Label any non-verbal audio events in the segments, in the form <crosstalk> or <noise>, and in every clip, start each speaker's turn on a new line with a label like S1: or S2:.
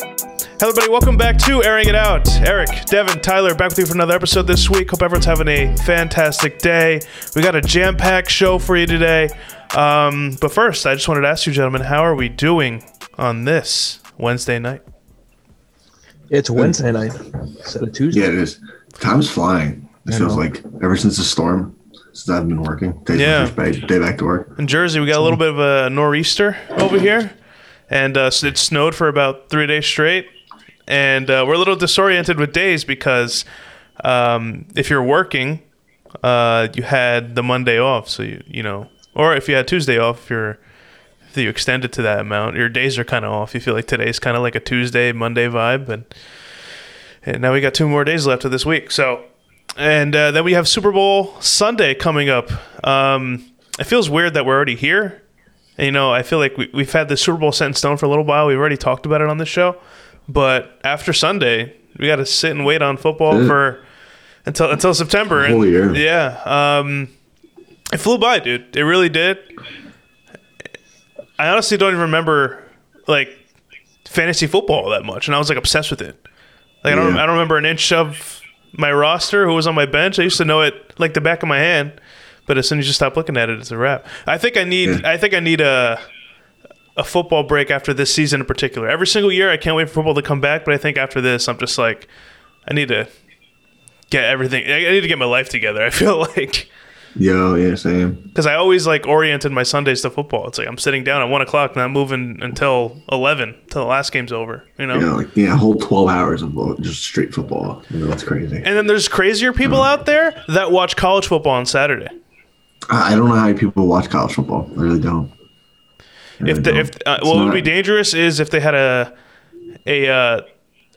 S1: Hello, everybody. Welcome back to Airing It Out. Eric, Devin, Tyler, back with you for another episode this week. Hope everyone's having a fantastic day. We got a jam packed show for you today. Um, but first, I just wanted to ask you, gentlemen, how are we doing on this Wednesday night?
S2: It's Wednesday night instead of Tuesday.
S3: Yeah, it is. Time's flying. It feels like ever since the storm, since I've been working. Day's
S1: Yeah.
S3: my first day, day back to work.
S1: In Jersey, we got a little bit of a nor'easter over here, and uh, so it snowed for about three days straight. And uh, we're a little disoriented with days because um, if you're working, uh, you had the Monday off, so you you know, or if you had Tuesday off, if you're if you extend it to that amount, your days are kind of off. You feel like today's kind of like a Tuesday Monday vibe, and and now we got two more days left of this week. So, and uh, then we have Super Bowl Sunday coming up. Um, it feels weird that we're already here. And, you know, I feel like we, we've had the Super Bowl set in stone for a little while. We've already talked about it on this show, but after Sunday, we got to sit and wait on football
S3: Yeah.
S1: for until until September. And-
S3: Whole year.
S1: Yeah. Um, it flew by, dude. It really did. I honestly don't even remember like fantasy football that much, and I was like obsessed with it. Like I don't,
S3: Yeah.
S1: I don't remember an inch of my roster, who was on my bench. I used to know it like the back of my hand, but as soon as you stop looking at it, it's a wrap. I think I need,
S3: Yeah.
S1: I think I need a a football break after this season in particular. Every single year, I can't wait for football to come back, but I think after this, I'm just like, I need to get everything. I I need to get my life together. I feel <laughs> like
S3: Yo, yeah, same.
S1: because I always like oriented my Sundays to football. It's like I'm sitting down at one o'clock, not moving until eleven, till the last game's over. You know.
S3: Yeah, like yeah, a whole twelve hours of uh, just straight football. You know, it's crazy.
S1: And then there's crazier people out there that watch college football on Saturday.
S3: I I don't know how people watch college football. I really don't. I really
S1: If the,
S3: don't.
S1: if uh,
S3: It's
S1: what would
S3: not-
S1: be dangerous is if they had a a uh,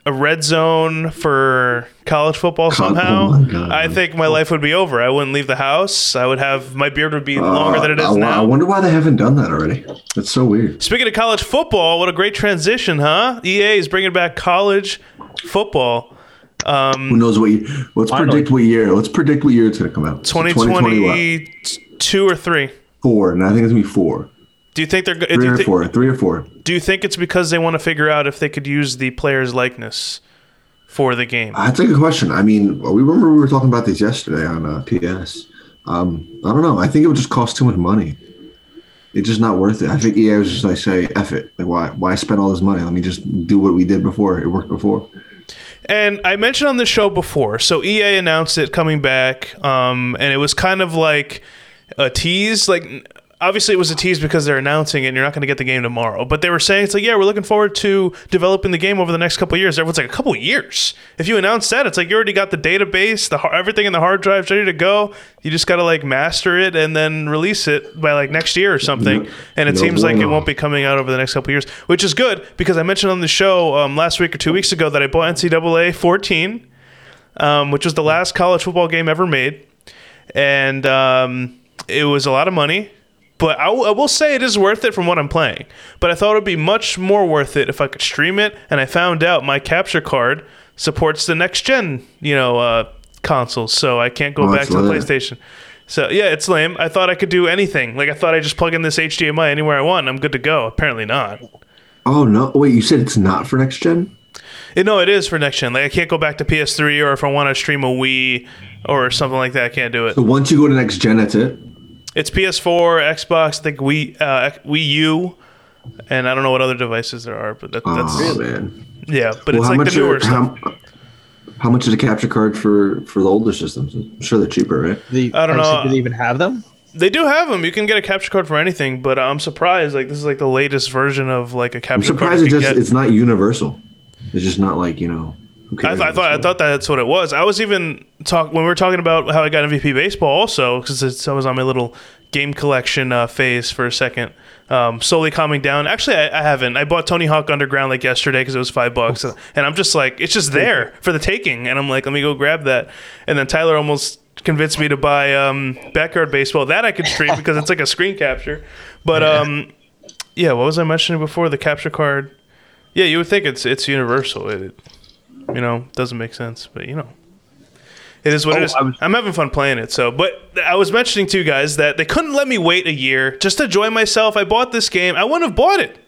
S1: a red zone for college football
S3: Col-
S1: somehow.
S3: oh my God.
S1: I think my life would be over. I wouldn't leave the house. I would have my beard would be
S3: Uh,
S1: longer than it is
S3: I, wo- I
S1: now.
S3: wonder why they haven't done that already. That's so weird.
S1: Speaking of college football, what a great transition, huh? EA is bringing back college football. Mm.
S3: Who knows what? Year, let's predict what year. Let's predict what year it's going to come out. So
S1: 2022 or 3.
S3: 2024, and I think it's going to be four,
S1: Do you think they're go- do
S3: three
S1: you
S3: or
S1: thi-
S3: four, three or four.
S1: do you think it's because they want to figure out if they could use the player's likeness for the game?
S3: That's a good question. I mean, we remember we were talking about this yesterday on uh, PS. Um, I don't know. I think it would just cost too much money. It's just not worth it. I think EA was just like, say, F it. Like, why, why spend all this money? Let me just do what we did before. It worked before.
S1: And I mentioned on the show before, so EA announced it coming back, um, and it was kind of like a tease. Like, n- obviously, it was a tease because they're announcing it, and you're not going to get the game tomorrow. But they were saying it's like, yeah, we're looking forward to developing the game over the next couple of years. Everyone's like, a couple of years. If you announce that, it's like you already got the database, the har- everything in the hard drive's ready to go. You just got to like master it and then release it by like next year or something.
S3: Yeah.
S1: And it
S3: No
S1: seems like it
S3: bueno.
S1: won't be coming out over the next couple years, which is good because I mentioned on the show um, last week or two weeks ago that I bought NCAA 14, um, which was the last college football game ever made, and um, it was a lot of money. But I, w- I will say it is worth it from what I'm playing. But I thought it would be much more worth it if I could stream it, and I found out my capture card supports the next gen, you know, uh, consoles, so I can't go
S3: Oh,
S1: back
S3: that's
S1: to the
S3: lame.
S1: PlayStation. So yeah, it's lame. I thought I could do anything. Like I thought I just plug in this HDMI anywhere I want, and I'm good to go. Apparently not.
S3: Oh, no. Wait, you said it's not for next gen?
S1: Eh, no, it is for next gen. Like I can't go back to PS3, or if I want to stream a Wii or something like that, I can't do it.
S3: So once you go to next gen, that's it?
S1: It's PS4, Xbox, I think Wii, uh, Wii U, and I don't know what other devices there are, but that, that's
S3: Oh, man.
S1: yeah. But
S3: Well,
S1: it's
S3: how,
S1: like
S3: much
S1: the newer
S3: are,
S1: stuff.
S3: how, how much is a capture card for, for the older systems? I'm sure they're cheaper, right?
S2: The,
S1: I don't know.
S2: Do they even have them?
S1: They do have them. You can get a capture card for anything, but I'm surprised. Like this is like the latest version of like a
S3: I'm
S1: capture card.
S3: surprised
S1: you
S3: it
S1: can
S3: just,
S1: get.
S3: it's not universal. It's just not like, you know. who
S1: I,
S3: cares?
S1: th- I thought I thought that's what it was. I was even talk when we were talking about how I got MVP baseball also because I was on my little game collection uh, phase for a second, um, slowly calming down. Actually, I, I haven't. I bought Tony Hawk Underground like yesterday because it was five bucks, and I'm just like it's just there for the taking, and I'm like let me go grab that. And then Tyler almost convinced me to buy um, backyard baseball that I could stream because it's like a screen capture. But um, yeah, what was I mentioning before the capture card? Yeah, you would think it's it's universal. It, you know, doesn't make sense, but you know, it is what it
S2: Oh,
S1: is.
S2: I was-
S1: I'm having fun playing it. So, but I was mentioning to you guys that they couldn't let me wait a year just to enjoy myself. I bought this game. I wouldn't have bought it.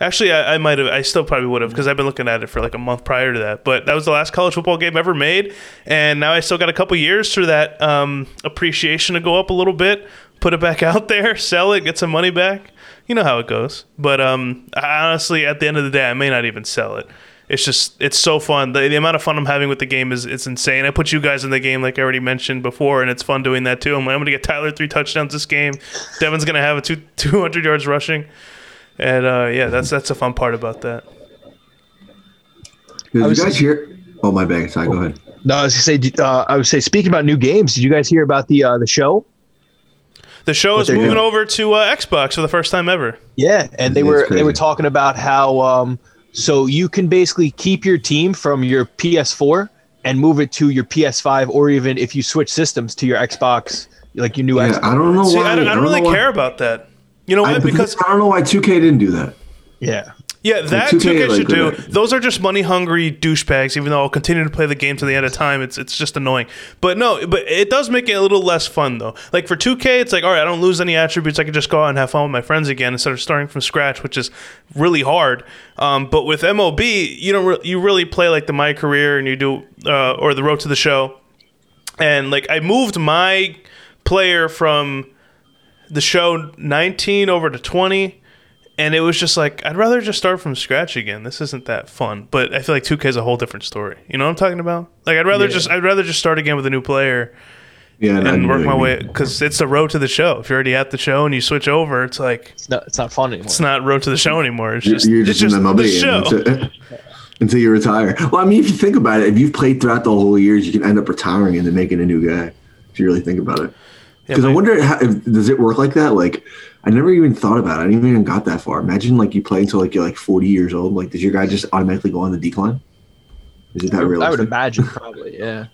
S1: Actually, I, I might have. I still probably would have because I've been looking at it for like a month prior to that. But that was the last college football game ever made, and now I still got a couple years for that um, appreciation to go up a little bit. Put it back <laughs> out there, sell it, get some money back. You know how it goes. But um, I honestly, at the end of the day, I may not even sell it. It's just it's so fun. The, the amount of fun I'm having with the game is it's insane. I put you guys in the game like I already mentioned before, and it's fun doing that too. I'm, like, I'm gonna get Tyler three touchdowns this game. Devin's gonna have a two 200 yards rushing. And uh, yeah, that's that's the fun part about that.
S3: Did
S2: I
S3: you
S2: was
S3: guys
S2: just-
S3: hear? Oh, my bad. Sorry, go ahead.
S2: No, I was gonna say. did- Uh, I would say. Speaking about new games, did you guys hear about the uh, the show?
S1: The show is
S2: they're
S1: moving
S3: doing.
S1: over to uh, Xbox for the first time ever.
S2: Yeah, and they
S3: It's
S2: were
S3: crazy.
S2: they were talking about how um, so you can basically keep your team from your PS4 and move it to your PS5, or even if you switch systems to your Xbox, like your new
S3: Yeah,
S2: Xbox.
S3: I don't know
S1: Oh, See,
S3: why.
S1: I don't, I don't really
S3: know why-
S1: care about that. You know
S3: I,
S1: what? Because
S3: because I don't know why 2K didn't do that.
S2: Yeah,
S1: yeah, that 2K,
S3: 2K
S1: should
S3: like
S1: do.
S3: that.
S1: Those are just money hungry douchebags. Even though I'll continue to play the game to the end of time, it's it's just annoying. But no, but it does make it a little less fun though. Like for 2K, it's like all right, I don't lose any attributes. I can just go out and have fun with my friends again instead of starting from scratch, which is really hard. Um, but with MOB, you don't re- you really play like the My Career and you do uh, or the Road to the Show. and like I moved my player from the show 19 over to 20 and it was just like I'd rather just start from scratch again. This isn't that fun. But I feel like 2K is a whole different story. You know what I'm talking about? Like I'd rather
S2: Yeah.
S1: just I'd rather just start again with a new player
S3: Yeah, I
S1: and
S3: didn't
S1: work
S3: really
S1: my
S3: mean-
S1: way cuz it's the road to the show. If you're already at the show and you switch over, it's like
S2: it's not it's not fun anymore.
S1: it's not road to the show anymore. It's just
S3: You're
S1: it's
S3: just,
S1: just
S3: in MLB
S1: the
S3: and
S1: show.
S3: that's it. until <laughs> you retire. Well, I mean, if you think about it, if you've played throughout the whole years, you can end up retiring and then making a new guy. If you really think about it, because I
S1: man.
S3: wonder how, if, does it work like that? Like, I never even thought about it. I didn't even got that far. Imagine like you play until like you're like 40 years old. Like, does your guy just automatically go on the decline? Is it that realistic?
S2: I would imagine probably. Yeah.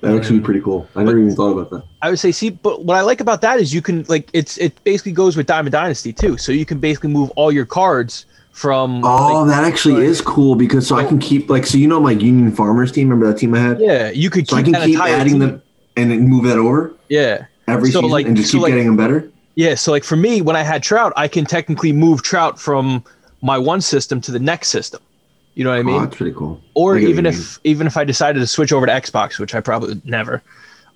S3: that would actually be pretty cool. I never even thought about that.
S2: I would say, see, but what I like about that is you can like it's it basically goes with Diamond Dynasty too. So you can basically move all your cards from.
S3: Oh,
S2: like,
S3: that actually is cool because so I can keep like so you know my Union Farmers team. Remember that team I had?
S2: yeah, you could keep
S3: So I can
S2: that
S3: keep
S2: entire
S3: adding
S2: team.
S3: them and then move that over
S2: Yeah,
S3: every
S2: So,
S3: season
S2: like-
S3: and just
S2: so,
S3: keep
S2: like-
S3: getting them better.
S2: yeah. So like for me, when I had Trout, I can technically move Trout from my one system to the next system. You know what I
S3: oh,
S2: mean?
S3: that's pretty cool.
S2: or
S3: I get what
S2: even
S3: you
S2: if even if I decided to switch over to Xbox, which I probably would never,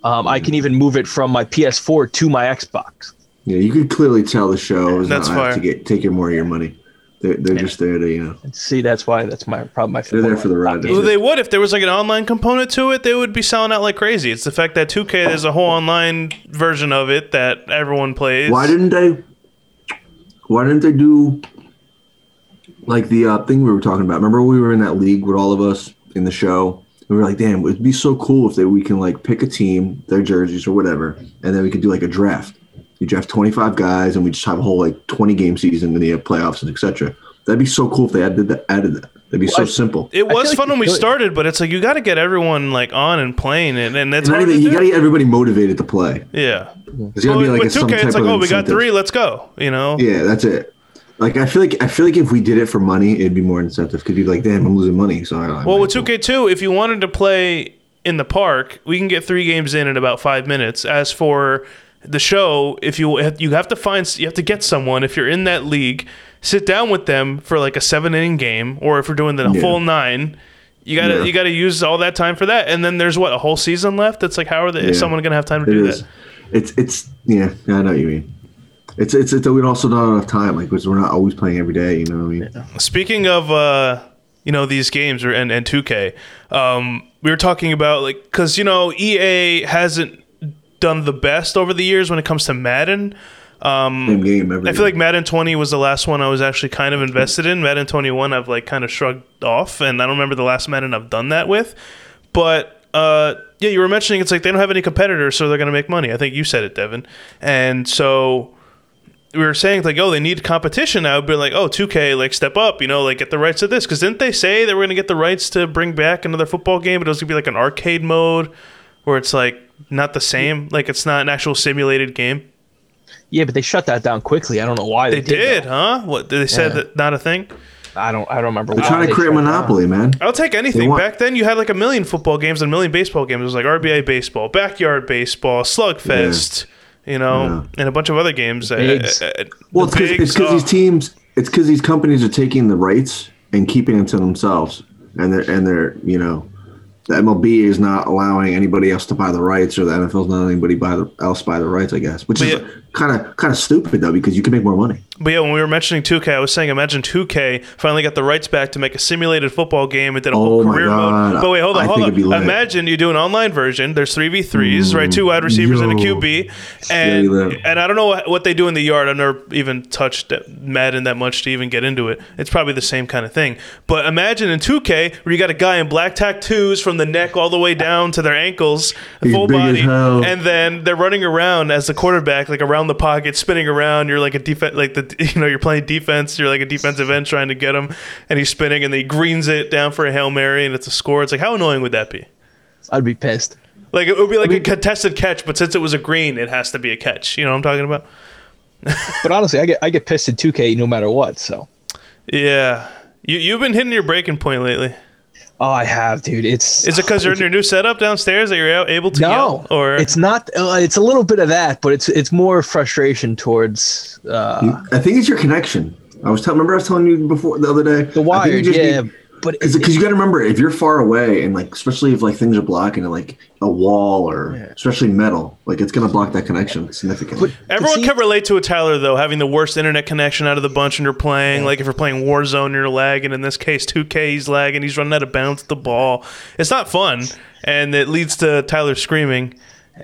S2: um, I
S3: Hmm.
S2: can even move it from my PS4 to my Xbox.
S3: mean. yeah, you could clearly tell the show is
S1: That's
S3: not out
S1: fire.
S3: to get take your more of your money. They're they're just there to you know
S2: And see, that's why that's my probably my
S3: they're there for the ride.
S1: Well, they would if there was like an online component to it. They would be selling out like crazy. It's the fact that 2K there's a whole online version of it that everyone plays.
S3: Why didn't they? Why didn't they do like the uh, thing we were talking about? Remember we were in that league with all of us in the show. And we were like, damn, it'd be so cool if they, we can like pick a team, their jerseys or whatever, and then we could do like a draft. You draft 25 guys, and we just have a whole like 20 game season, and you have playoffs and etc. That'd be so cool if they added that. Added that. That'd be so
S2: Well, I-
S3: simple.
S1: it
S2: I
S1: was
S2: feel like
S1: fun
S2: you
S1: when we
S2: could.
S1: started, but it's like you got to get everyone like on and playing it, and that's
S3: It's not
S1: hard
S3: even,
S1: to
S3: you
S1: do.
S3: gotta get everybody motivated to play.
S1: yeah.
S3: There's gotta
S1: Well,
S3: be like a,
S1: with
S3: some
S1: 2K,
S3: type
S1: it's like
S3: of
S1: oh, we got
S3: incentive.
S1: three, let's go. You know,
S3: Yeah, that's it. Like I feel like I feel like if we did it for money, it'd be more incentive because you'd be like, damn, I'm losing money. So I I
S1: Well,
S3: might
S1: with
S3: as well.
S1: 2K2, if you wanted to play in the park, we can get three games in in about five minutes. As for the show, if you you have to find you have to get someone if you're in that league, sit down with them for like a seven inning game, or if we're doing the
S3: Yeah.
S1: full nine. You gotta
S3: Yeah.
S1: you gotta use all that time for that, and then there's what a whole season left. It's like how are they,
S3: Yeah.
S1: is someone gonna have time to
S3: it
S1: do
S3: is.
S1: that?
S3: It's it's yeah, I know what you mean. It's it's it's we also don't have enough time, like because we're not always playing every day. You know what I mean?
S1: Speaking of, uh, you know, these games or and and 2K, um, we were talking about like because you know EA hasn't done the best over the years when it comes to Madden.
S3: Same game every.
S1: I feel like Madden 20 was the last one I was actually kind of invested in. Madden 21 I've like kind of shrugged off, and I don't remember the last Madden I've done that with. But uh, yeah, you were mentioning it's like they don't have any competitors, so they're going to make money. I think you said it, Devin. And so we were saying like, oh, they need competition. I would be like, oh, 2K, like step up, you know, like get the rights to this. Because didn't they say they were going to get the rights to bring back another football game, but it was going to be like an arcade mode where it's like not the same, like it's not an actual simulated game.
S2: Yeah, but they shut that down quickly. I don't know why
S1: They did, huh? What they said
S2: Yeah.
S1: that not a thing.
S2: that. I don't. I don't remember.
S3: They're trying to create a monopoly, man.
S1: I'll take
S3: They
S1: anything.
S3: want-
S1: Back then, you had like a million football games and a million baseball games. It was like RBI baseball, backyard baseball, slugfest, you know, and a bunch of other games. Uh, I-
S2: Bigs.
S1: I- I-
S3: Well,
S1: the
S3: it's because
S1: Bigs,
S3: it's because
S1: oh.
S3: these teams. it's because these companies are taking the rights and keeping them to themselves, and they're and they're you know, the MLB is not allowing anybody else to buy the rights, or the NFL's not letting anybody buy the, else buy the rights. I guess, which
S1: yeah.
S3: is kind of kind of stupid though, because you can make more money.
S1: But yeah, when we were mentioning 2K, I was saying imagine 2K finally got the rights back to make a simulated football game and did a whole
S3: Oh my
S1: career
S3: God.
S1: mode. But wait, hold on,
S3: I
S1: hold
S3: think it'd be
S1: on.
S3: lit. Mm.
S1: Imagine you do an online version. There's three v threes, right? Two wide receivers and a
S3: yo.
S1: QB,
S3: Very
S1: and
S3: lit.
S1: and I don't know what, what they do in the yard. I've never even touched Madden that much to even get into it. It's probably the same kind of thing. But imagine in 2K where you got a guy in black tattoos from the neck all the way down to their ankles,
S3: He's
S1: full
S3: big as
S1: body,
S3: hell.
S1: and then they're running around as the quarterback, like around the pocket, spinning around. You're like a defense, like the <laughs> you know you're playing defense. You're like a defensive end trying to get him, and he's spinning, and he greens it down for a hail mary, and it's a score. It's like how annoying would that be?
S2: I'd be pissed.
S1: Like it would be like a contested catch, but since it was a green, it has to be a catch. You know what I'm talking about?
S2: But honestly, I get I get pissed at 2K no matter what. So
S1: Yeah. You, you've been hitting your breaking point lately.
S2: oh, I have, dude. It's
S1: Is it because
S3: <sighs>
S1: you're in your new setup downstairs that you're out- able to
S2: <sighs> no,
S1: yell? Or
S2: it's not. Uh, it's a little bit of that, but it's it's more frustration towards uh,
S3: I think it's your connection. I was telling. Remember, I was telling you before the other day.
S2: the
S3: I think you
S2: wired.
S3: just
S2: Yeah,
S3: need-
S2: but
S3: Is because you got to remember if you're far away and like especially if like things are blocking like a wall or especially metal like it's gonna block that connection significantly.
S1: everyone
S2: see-
S1: can relate to a Tyler though, having the worst internet connection out of the bunch, and you're playing like if you're playing Warzone, you're lagging. In this case, 2K, he's lagging. He's running out of bounds at the ball. It's not fun, and it leads to Tyler screaming.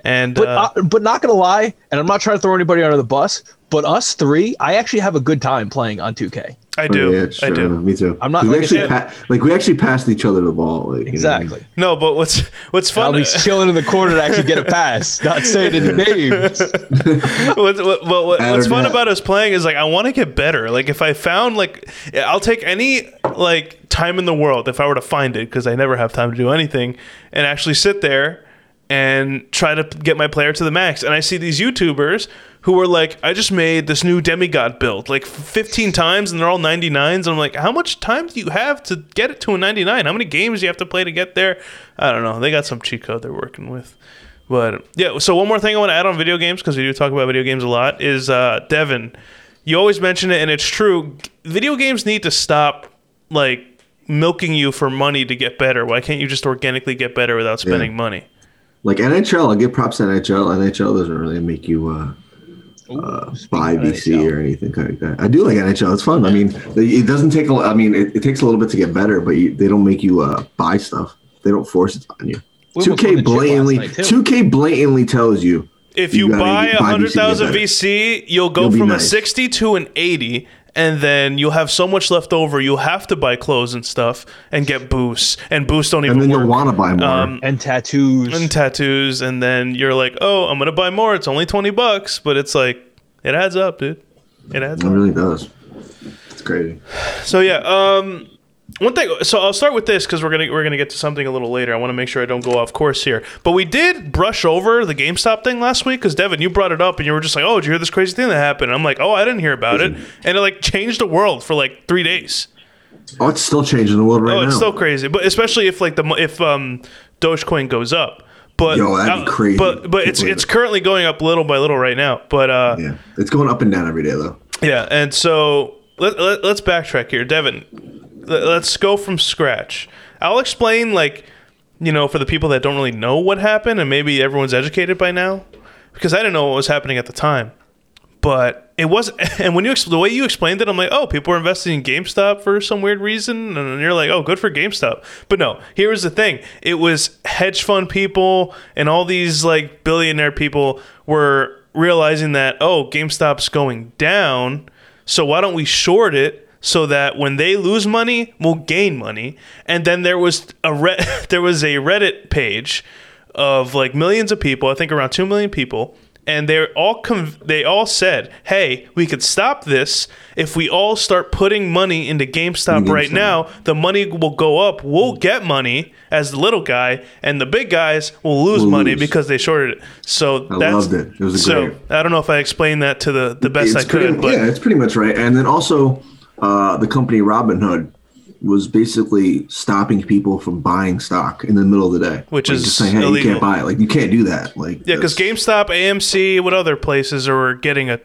S1: And
S2: But
S1: uh,
S2: uh, but not gonna lie, and I'm not trying to throw anybody under the bus. But us three, I actually have a good time playing on 2K.
S3: Mm.
S1: I do,
S3: Yeah,
S1: I
S3: sure,
S1: do.
S3: Me too.
S2: I'm not-
S3: We
S2: like I
S3: actually
S2: said-
S3: pa- like we actually passed each other the ball. Like, you know.
S2: Exactly.
S1: No, but what's what's
S2: I'll
S1: fun?
S2: be <laughs> chilling in the corner to actually get
S1: <laughs>
S2: a pass. Not saying his names.
S1: what's, what, what, what-
S3: I
S1: what's
S3: don't
S1: fun
S3: know.
S1: about us playing is like I want to get better. Like if I found like I'll take any like time in the world if I were to find it because I never have time to do anything and actually sit there and try to get my player to the max. And I see these YouTubers who are like, I just made this new demigod build like 15 times and they're all 99s. And I'm like, how much time do you have to get it to a 99? How many games do you have to play to get there? I don't know. They got some cheat code they're working with. But yeah, so one more thing I want to add on video games because we do talk about video games a lot is uh, Devin. You always mention it, and it's true. G- Video games need to stop like milking you for money to get better. Why can't you just organically get better without spending money?
S3: Like NHL, I'll give props to NHL. NHL doesn't really make you uh, uh, buy
S2: of
S3: VC or anything like that. I do like NHL. It's fun. I mean, it doesn't take. a lo- I mean, it, it takes a little bit to get better, but you, they don't make you uh, buy stuff. They don't force it on you.
S2: We
S3: Two
S2: almost won the
S3: K
S2: chip last
S3: blatantly.
S2: night, too.
S3: Two K blatantly tells you
S1: If you,
S3: You gotta
S1: buy
S3: get-
S1: a
S3: buy
S1: hundred
S3: VC to get
S1: thousand
S3: better.
S1: VC, you'll go
S3: You'll be
S1: from a
S3: nice.
S1: sixty to an eighty, and then you'll have so much left over. You'll have to buy clothes and stuff and get boosts, and boosts don't even
S3: and then
S1: work.
S3: you'll want to buy more.
S1: um,
S2: And tattoos.
S1: and tattoos and then you're like oh i'm gonna buy more it's only 20 bucks but it's like it adds up dude it adds
S3: it
S1: up
S3: really does. It's crazy.
S1: so yeah um one thing so i'll start with this because we're gonna we're gonna get to something a little later i want to make sure i don't go off course here but we did brush over the gamestop thing last week because devin you brought it up and you were just like oh did you hear this crazy thing that happened i'm like oh i didn't hear about it and it like changed the world for like three days
S3: Oh, it's still changing the world right
S1: oh
S3: now.
S1: it's so crazy but especially if like the mo- if um dogecoin goes up but
S3: Yo, that'd be
S1: uh,
S3: crazy.
S1: but but it's
S3: Can't believe
S1: it's
S3: it.
S1: currently going up little by little right now but uh yeah,
S3: yeah, it's going up and down every day though.
S1: and so let, let, let's backtrack here devin let, let's go from scratch i'll explain like you know for the people that don't really know what happened and maybe everyone's educated by now because i didn't know what was happening at the time but it was <laughs> and when you ex- the way you explained it i'm like oh people are investing in gamestop for some weird reason and you're like oh good for gamestop but no here was the thing it was hedge fund people and all these like billionaire people were realizing that oh gamestop's going down so why don't we short it so that when they lose money we'll gain money and then there was a re- <laughs> there was a reddit page of like millions of people, I think around 2 million people, and they all conv- they all said, "Hey, we could stop this if we all start putting money into GameStop right now. The money will go up. We'll get money as the little guy, and the big guys will lose
S3: Will
S1: money
S3: lose.
S1: because they shorted it." So
S3: I
S1: that's
S3: loved it. It was a
S1: so
S3: great.
S1: I don't know if I explained that to the the best I
S3: It's pretty-
S1: could, but
S3: yeah, it's pretty much right. And then also, uh, the company Robinhood was basically stopping people from buying stock in the middle of the day,
S1: Which
S3: Like,
S1: is
S3: just saying, "Hey, you
S1: illegal.
S3: can't buy it. Like you can't do that." Like
S1: yeah, because GameStop, AMC, what other places are getting a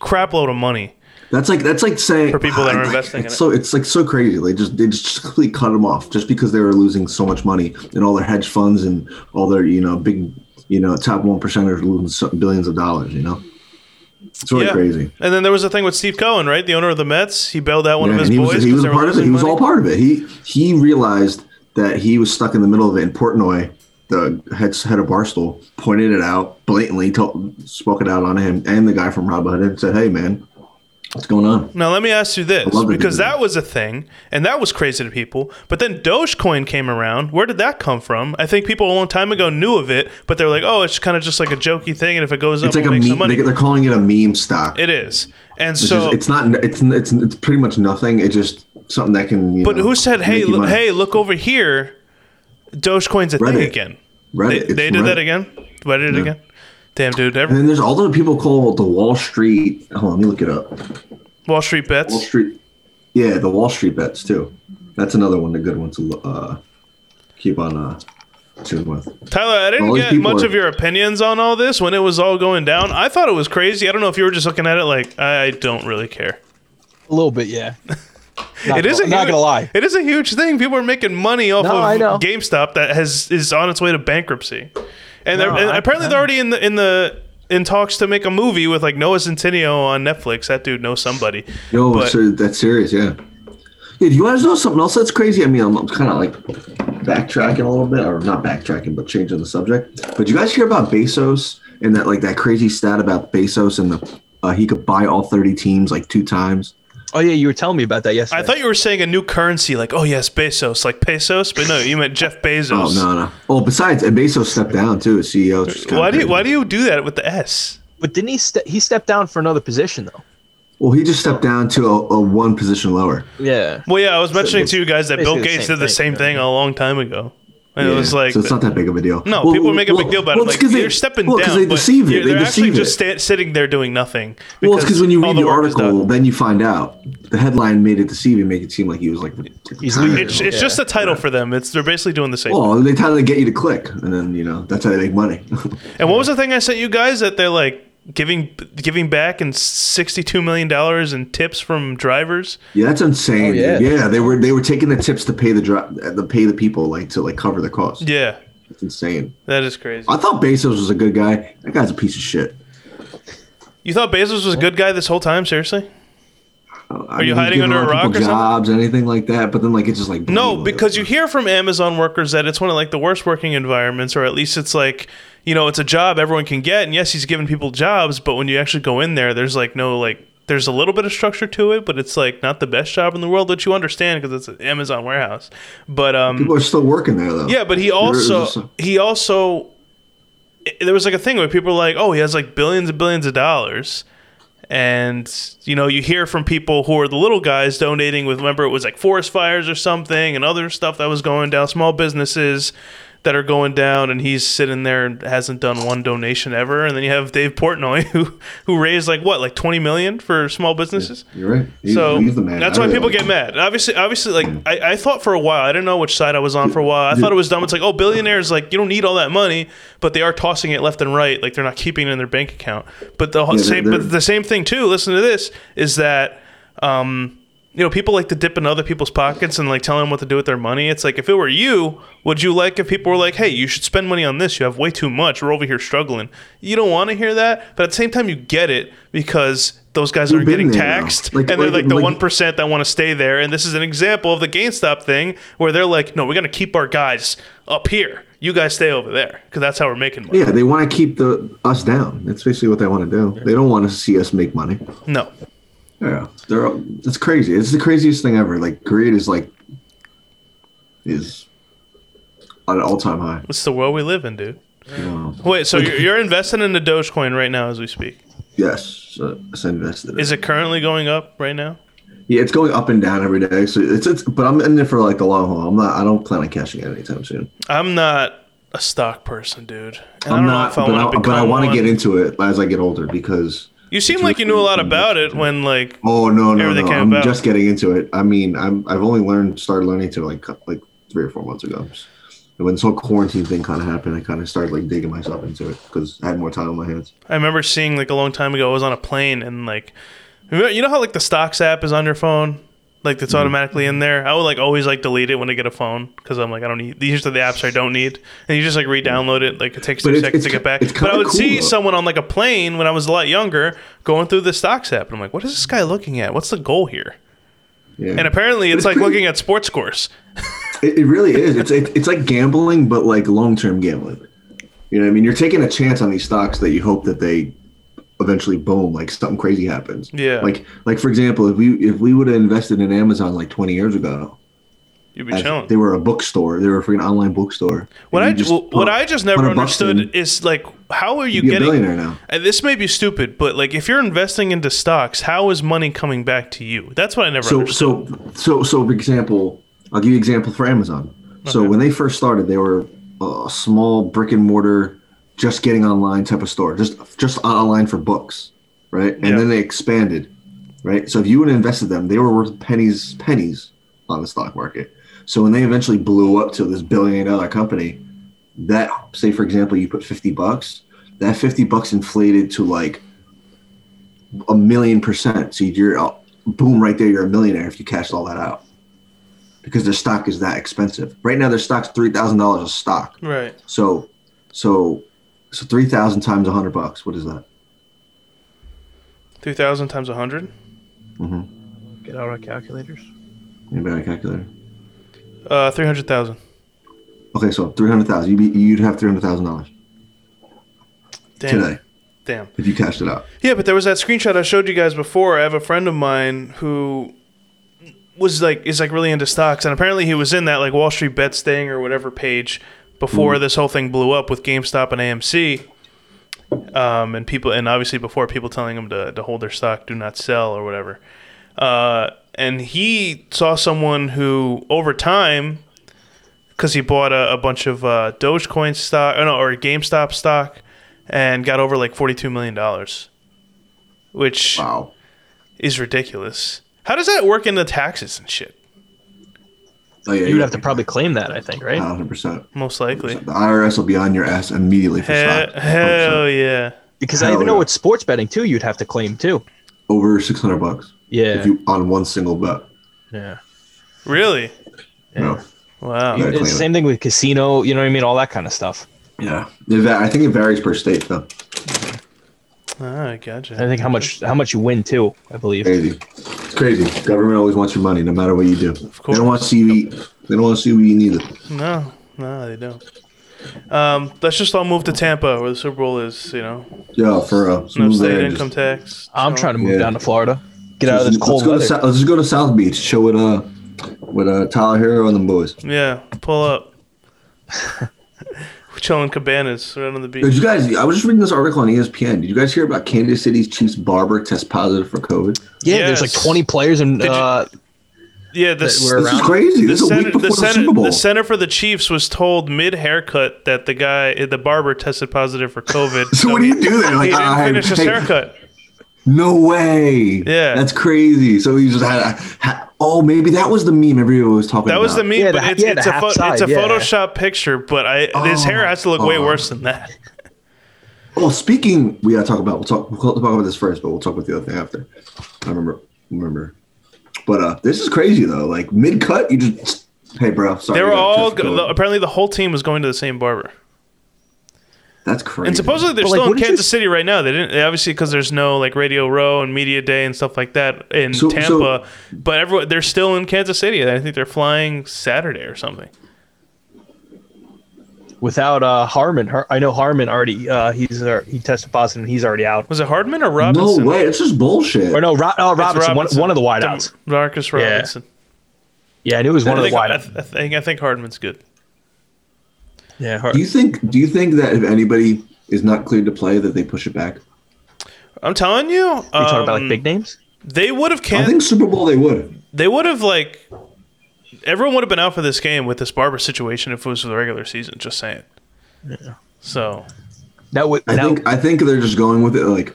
S1: crap load of money.
S3: That's like that's like saying "Ah,
S1: For people that are
S3: like,
S1: investing in
S3: it's
S1: it.
S3: So it's like so crazy. They just they just completely cut them off just because they were losing so much money and all their hedge funds and all their you know big you know top one percenters losing so- billions of dollars. You know, it's really
S1: Yeah.
S3: crazy.
S1: And then there was a thing with Steve Cohen, right? The owner of the Mets. He bailed out one
S3: Yeah,
S1: of
S3: and
S1: his
S3: he
S1: boys.
S3: was he
S1: 'cause
S3: was
S1: they
S3: a
S1: were
S3: part of it. He
S1: losing
S3: was
S1: money.
S3: all part of it. He he realized that he was stuck in the middle of it. And Portnoy, the head head of Barstool, pointed it out blatantly, told, spoke it out on him and the guy from Robinhood, and said, "Hey, man, what's going on?"
S1: Now let me ask you this,
S3: love that he
S1: because
S3: did that.
S1: that was a thing, and that was crazy to people. But then Dogecoin came around. Where did that come from? I think people a long time ago knew of it, but they were like, "Oh, it's kind of just like a jokey thing, and if it goes
S3: It's
S1: up,
S3: like a
S1: we'll make some
S3: meme.
S1: money."
S3: They, they're calling it a meme stock.
S1: it is, and
S3: It's,
S1: so.
S3: just, it's not. It's it's it's pretty much nothing. It's just something that can. You
S1: but
S3: know,
S1: who said, "Hey,
S3: make you
S1: look,
S3: money."
S1: hey, look over here"? Dogecoin's a thing
S3: Reddit.
S1: again.
S3: Reddit,
S1: They,
S3: it's
S1: they did that
S3: Reddit.
S1: again. Reddit it again. Damn, dude.
S3: And
S1: Every,
S3: then there's all the people call the Wall Street. Hold on, let me look it up.
S1: Wall Street
S3: Wall
S1: bets.
S3: Street. Yeah, the Wall Street bets too. That's another one, a good one to lo- uh, keep on uh, tune with.
S1: Tyler, I didn't
S3: All these
S1: get
S3: people
S1: much
S3: are-
S1: of your opinions on all this when it was all going down. I thought it was crazy. I don't know if you were just looking at it like I don't really care.
S2: A little bit, yeah. Not,
S1: It is.
S2: I'm
S1: a
S2: not
S1: huge-
S2: gonna lie.
S1: It is a huge thing. People are making money off
S2: No, I know.
S1: of GameStop that has is on its way to bankruptcy, and, they're,
S2: No,
S1: and
S2: I-
S1: apparently they're already in the in the in talks to make a movie with like Noah Centineo on Netflix. That dude knows somebody.
S3: No,
S1: But-
S3: so that's serious. Yeah. Yeah, do you guys know something else that's crazy? I mean, I'm, kind of like backtracking a little bit, or not backtracking, but changing the subject. But you guys hear about Bezos and that like that crazy stat about Bezos and the uh, he could buy all 30 teams like two times.
S2: Oh yeah, you were telling me about that yesterday.
S1: I thought you were saying a new currency, like oh yes, Bezos, like pesos, but no, you meant Jeff
S3: <laughs> Oh
S1: Bezos.
S3: no, no. Oh, besides, and Bezos stepped down too as CEO. which is kinda
S1: Why do you,
S3: crazy.
S1: why do you do that with the S?
S2: but didn't he? Ste- he stepped down for another position though.
S3: Well, he just stepped down to a, a one position lower.
S2: Yeah.
S1: Well, yeah, I was mentioning to you guys that Bill
S2: basically the
S1: Gates
S2: same
S1: did the
S2: thing,
S1: same
S2: yeah.
S1: thing a long time ago. And it was
S3: Yeah,
S1: like
S3: so it's not that big of a deal.
S1: No,
S3: Well,
S1: people
S3: well,
S1: make a big
S3: well,
S1: deal about
S3: well,
S1: it.
S3: it's
S1: Like,
S3: 'cause they-
S1: you're stepping
S3: well, 'cause
S1: down.
S3: They
S1: but
S3: deceive
S1: you're-
S3: it. They
S1: they're actually
S3: deceive
S1: just
S3: it.
S1: sta- sitting there doing nothing.
S3: Well, it's because when you
S1: all
S3: read the,
S1: work is done.
S3: article, then you find out. The headline made it deceiving, make it seem like he was like.
S2: He's
S3: retired.
S2: leaving.
S1: it's, it's just a title for them. It's they're basically doing the same.
S3: Well, they try to get you to click, and then you know that's how they make money. <laughs>
S1: and what was the thing I sent you guys that they're like giving giving back and sixty two million dollars in tips from drivers?
S3: yeah, that's insane.
S2: Oh, yeah.
S3: dude. yeah, they were they were taking the tips to pay the dri- uh, to pay the people like to like cover the cost.
S1: Yeah,
S3: It's insane.
S1: that is crazy.
S3: I thought Bezos was a good guy. That guy's a piece of shit.
S1: You thought Bezos was a good guy this whole time? Seriously?
S3: Are
S1: you hiding under a rock or something?
S3: Jobs, anything like that. But then like it's just like
S1: No,
S3: blatant.
S1: because you hear from Amazon workers that it's one of like the worst working environments, or at least it's like you know it's a job everyone can get, and yes, he's giving people jobs, but when you actually go in there, there's like no like there's a little bit of structure to it, but it's like not the best job in the world, which you understand because it's an Amazon warehouse. But um,
S3: people are still working there though.
S1: yeah, but he
S3: is
S1: also
S3: also-
S1: he also i- there was like a thing where people were like, "Oh, he has like billions and billions of dollars." And you know, you hear from people who are the little guys donating with remember it was like forest fires or something and other stuff that was going down, small businesses that are going down and he's sitting there and hasn't done one donation ever. And then you have Dave Portnoy <laughs> who who raised like what, like 20 million for small businesses?
S3: You're right. He's,
S1: So
S3: he's the man.
S1: that's
S3: I
S1: why
S3: really
S1: people
S3: like
S1: get mad. Obviously, obviously, like I, I thought for a while, I didn't know which side I was on for a while. I thought it was dumb. It's like, oh, billionaires, like you don't need all that money, but they are tossing it left and right, like they're not keeping it in their bank account. But the whole
S3: they're-
S1: same,
S3: they're-
S1: but the same thing too. Listen to this: is that um, you know people like to dip in other people's pockets and like tell them what to do with their money. It's like if it were you, would you like if people were like, hey, you should spend money on this. You have way too much. We're over here struggling. You don't want to hear that, but at the same time, you get it because. Those guys are
S3: We've been
S1: getting
S3: there, though.
S1: taxed,
S3: Like-
S1: and they're
S3: like-
S1: like the
S3: like-
S1: one percent that want to stay there. And this is an example of the GameStop thing where they're like, no, we're gonna keep our guys up here. You guys stay over there because that's how we're making money.
S3: Yeah, they want to keep the us down. That's basically what they want to do. They don't want to see us make money.
S1: No,
S3: Yeah, they're it's crazy. It's the craziest thing ever. Like greed is like is at an all time high.
S1: it's the world we live in, dude.
S3: You know.
S1: Wait, so you're, you're investing in the Dogecoin right now as we speak?
S3: Yes, uh, it's invested.
S1: Is it currently going up right now?
S3: yeah, it's going up and down every day. So it's it's. But I'm in it for like the long haul. I'm not. I don't plan on cashing out anytime soon.
S1: I'm not a stock person, dude. And I
S3: I'm
S1: don't
S3: not.
S1: know if I
S3: but
S1: want to
S3: I, but I
S1: become
S3: want to
S1: one.
S3: get into it as I get older because
S1: You seem like you knew a lot about it when, like,
S3: Oh no, no,
S1: Everything
S3: no!
S1: came
S3: I'm
S1: about.
S3: just getting into it. I mean, I'm I've only learned started learning to like cu- like three or four months ago. And when this whole quarantine thing kind of happened, I kind of started like digging myself into it because I had more time on my hands.
S1: I remember seeing like a long time ago. I was on a plane and like You know how like the stocks app is on your phone, like
S3: Mm-hmm.
S1: it's automatically in there. I would like always like delete it when I get a phone because I'm like I don't need these are the apps I don't need, and you just like re-download it. Like it takes
S3: But
S1: two
S3: it's-
S1: seconds
S3: it's
S1: to get
S3: ki-
S1: back.
S3: it's
S1: But I
S3: kinda
S1: would
S3: cool,
S1: see
S3: though.
S1: someone on like a plane when I was a lot younger going through the stocks app, and I'm like, what is this guy looking at? What's the goal here?
S3: Yeah.
S1: And apparently, it's
S3: it's
S1: like
S3: pretty-
S1: looking at sports scores.
S3: It, it really is. It's it, it's like gambling, but like long term gambling. You know, what I mean, you're taking a chance on these stocks that you hope that they eventually boom, like something crazy happens.
S1: Yeah.
S3: Like like for example, if we if we would have invested in Amazon like 20 years ago,
S1: You'd be
S3: as-
S1: chilling.
S3: they were a bookstore. They were a freaking online bookstore.
S1: What
S3: And
S1: I
S3: you just
S1: what
S3: put
S1: I just never
S3: 100 bucks
S1: understood
S3: in,
S1: is like how are you
S3: you'd be a
S1: getting
S3: billionaire now.
S1: and this may be stupid, but like if you're investing into stocks, how is money coming back to you? That's what I never
S3: So
S1: understood.
S3: so so so for example, I'll give you an example for Amazon. So when they first started, they were a small brick and mortar, just getting online type of store, just just online for books, right? And
S1: Yeah.
S3: then they expanded, right? So if you would have invested them, they were worth pennies pennies on the stock market. So when they eventually blew up to this billion dollar company, that say for example you put 50 bucks, that 50 bucks inflated to like a million percent. So you're uh, boom right there. You're a millionaire if you cashed all that out because their stock is that expensive. Right now, their stock's three thousand dollars a stock.
S1: Right.
S3: So, so, so three thousand times a hundred bucks. What is that?
S1: Three thousand times a hundred?
S2: Mm-hmm.
S3: Mhm.
S1: Get out our calculators.
S3: Anybody on a calculator?
S1: Uh three hundred thousand.
S3: Okay, so three hundred thousand. You'd be, you'd have three hundred thousand dollars
S1: Damn.
S3: today
S1: Damn.
S3: if you cashed it out.
S1: Yeah, but there was that screenshot I showed you guys before. I have a friend of mine who was like is like really into stocks and apparently he was in that like Wall Street Bets thing or whatever page before this whole thing blew up with GameStop and AMC. Um, and people and obviously before people telling him to, to hold their stock, do not sell or whatever. Uh, and he saw someone who over time because he bought a, a bunch of uh, Dogecoin stock, or no, or GameStop stock, and got over like forty-two million dollars, which
S3: Wow.
S1: is ridiculous. How does that work into taxes and shit?
S3: Oh yeah,
S2: You would have to probably claim that, I think, right?
S3: One hundred percent.
S1: Most likely.
S3: The IRS will be on your ass immediately for
S1: Hell,
S3: stock.
S1: hell yeah.
S2: Because I
S3: Hell
S2: even know
S3: yeah.
S2: with sports betting too, you'd have to claim too.
S3: Over six hundred bucks
S2: Yeah.
S3: if you on one single bet.
S2: yeah.
S1: Really?
S3: No.
S1: Wow.
S3: Yeah.
S2: It's the
S3: claim it.
S2: same thing with casino. You know what I mean? All that kind of stuff.
S3: Yeah, It va- I think it varies per state though.
S1: Ah, I
S2: I
S1: gotcha.
S2: think how much how much you win too. I believe.
S3: Crazy. It's crazy. Government always wants your money, no matter what you do. They
S1: course.
S3: don't want to see you eat. They don't want to see what you need.
S1: No, no, they don't. Um, let's just all move to Tampa, where the Super Bowl is. You know,
S3: Yeah, for uh,
S1: no
S3: move there
S1: state
S3: and
S1: income
S3: just-
S1: tax.
S2: I'm
S1: So-
S2: trying to move
S3: Yeah.
S2: down to Florida. Get out of this
S3: let's
S2: cold
S3: go to
S2: weather.
S3: Sou- let's just go to South Beach. Show with uh with uh Tyler Hero and the boys.
S1: Yeah, pull
S2: <laughs>
S1: up. We're chilling cabanas right on the beach.
S3: Did you guys? I was just reading this article on E ESPN. Did you guys hear about Kansas City's Chiefs barber test positive for COVID?
S2: yeah, there's like
S1: Yes.
S2: 20 players and
S1: you-
S2: uh,
S1: Yeah, this,
S2: That we're
S3: This is
S2: Around-
S3: crazy.
S1: the
S3: This is a
S1: center,
S3: week before
S1: the,
S3: the,
S1: center,
S3: Super Bowl.
S1: the center for the Chiefs was told mid haircut that the guy, the barber, tested positive for COVID.
S3: <laughs> so what do you do there?
S1: He
S3: Like,
S1: didn't
S3: I,
S1: finish his
S3: hey,
S1: haircut.
S3: No way.
S1: Yeah.
S3: that's crazy. So he just had. Ha, oh, maybe that was the meme everybody was talking.
S1: That was the
S3: about.
S1: meme,
S2: Yeah,
S1: but
S2: the-
S1: it's,
S2: yeah,
S1: it's,
S2: the
S1: a
S2: half
S1: pho- it's a
S2: side, yeah.
S1: Photoshop picture. But I, his
S3: Oh,
S1: hair has to look way
S3: oh.
S1: worse than that.
S3: Well, speaking, we gotta talk about. We'll talk. We'll talk about this first, but we'll talk about the other thing after. I remember. Remember. But uh, this is crazy though. Like mid cut, you just. Hey, bro. Sorry.
S1: They
S3: you
S1: were
S3: got
S1: all
S3: tested
S1: go-
S3: for COVID."
S1: apparently the whole team was going to the same barber.
S3: That's crazy.
S1: And supposedly they're
S2: But, like,
S1: still in
S2: wouldn't you
S1: Kansas
S2: s-
S1: City right now. They didn't they obviously because there's no like Radio Row and Media Day and stuff like that in
S3: So- so-
S1: Tampa. but everyone they're still in Kansas City. I think they're flying Saturday or something.
S2: without uh, Harmon. Har- I know Harmon already. Uh, he's uh, he tested positive. and He's already out.
S1: Was it Hardman or
S3: no
S1: Robinson?
S3: way. It's just bullshit.
S2: Or no, Ro- oh, Robinson,
S1: Robinson.
S2: One, one of the
S1: Dem-
S2: wideouts.
S1: Marcus Robinson.
S2: Yeah, I knew it was one
S1: I,
S2: of the
S1: think, I,
S2: wideouts.
S1: th- I think I think Hardman's good.
S2: Yeah,
S3: Do you think? Do you think that if anybody is not cleared to play, that they push it back?
S1: I'm telling you, um,
S2: you talking about like big names?
S1: they would have
S3: I
S1: can
S3: think Super Bowl they would.
S1: they would have like everyone would have been out for this game with this barber situation if it was for the regular season. Just saying. So
S2: Now, with,
S3: I
S2: now
S3: think. I think they're just going with it, like,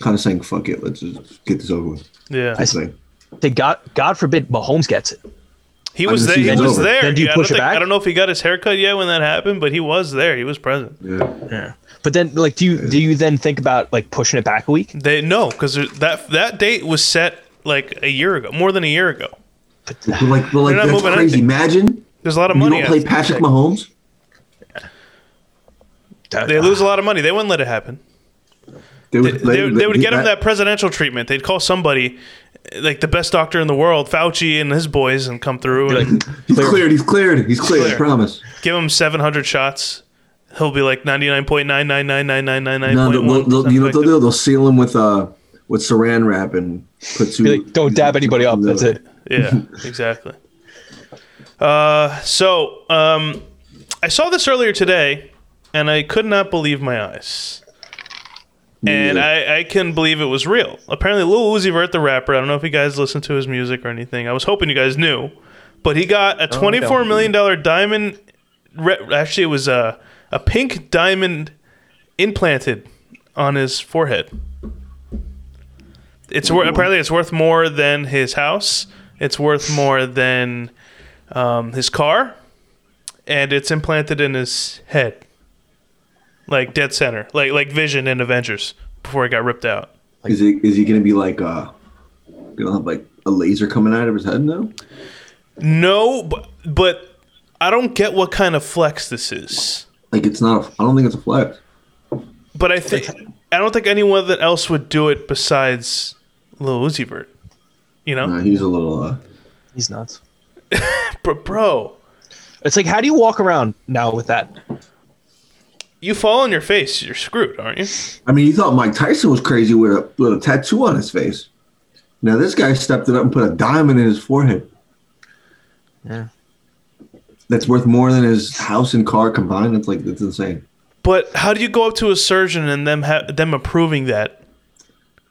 S3: kind of saying, "Fuck it, let's just get this over with."
S1: yeah,
S3: This thing.
S2: they God, God forbid Mahomes gets it.
S1: He
S3: I
S1: was
S3: mean, the
S1: there. He
S3: season's
S1: was
S3: over.
S1: there.
S2: Then do you
S1: I don't
S2: push it
S1: think- I
S2: back?
S1: don't know if he got his haircut yet when that happened, but he was there. He was present.
S3: Yeah.
S2: Yeah. But then, like, do you do you then think about like pushing it back a week?
S1: They no, because that that date was set like a year ago, more than a year ago.
S3: But like, but like
S1: They're not
S3: that's
S1: moving
S3: crazy.
S1: anything.
S3: Imagine
S1: There's a lot of
S3: you
S1: money.
S3: don't
S1: at
S3: play
S1: it.
S3: Patrick Mahomes.
S1: they lose a lot of money. They wouldn't let it happen.
S3: They would,
S1: They, they would get him
S3: that-
S1: that presidential treatment. They'd call somebody, like the best doctor in the world, Fauci and his boys, and come through
S2: Like, <laughs>
S1: and <laughs>
S3: He's
S2: clear-
S3: cleared. He's cleared. He's cleared. I
S1: clear.
S3: promise.
S1: give him 700 shots. He'll be like
S3: No, they'll, they'll, they'll, you know what they'll
S1: 99.9999999.
S3: do? They'll seal him with uh with saran wrap and put two.
S2: be like, don't dab anybody up. That's it.
S1: Yeah,
S3: <laughs>
S1: exactly. Uh, so um, I saw this earlier today, and I could not believe my eyes. And
S3: Yeah.
S1: I, I can believe it was real. Apparently, Lil Uzi Vert, the rapper, I don't know if you guys listen to his music or anything. I was hoping you guys knew, but he got a $24 million dollar diamond. Re- actually, it was a, a pink diamond implanted on his forehead. It's wor- apparently it's worth more than his house. It's worth more than um, his car, and it's implanted in his head, like dead center, like like Vision in Avengers before it got ripped out.
S3: Is he is he gonna be like uh gonna have like a laser coming out of his head now?
S1: No, but, but I don't get what kind of flex this is.
S3: Like it's not. A, I don't think it's a flex.
S1: But I think I don't think anyone that else would do it besides Lil Uzi Vert. You know,
S3: No, he's a little. uh
S2: He's nuts.
S1: Bro- bro,
S2: It's like, how do you walk around now with that?
S1: you fall on your face, you're screwed, aren't you?
S3: I mean, you thought Mike Tyson was crazy with a, with a tattoo on his face. Now this guy stepped it up and put a diamond in his forehead.
S2: Yeah.
S3: That's worth more than his house and car combined. It's like that's insane.
S1: But how do you go up to a surgeon and them ha- them approving that?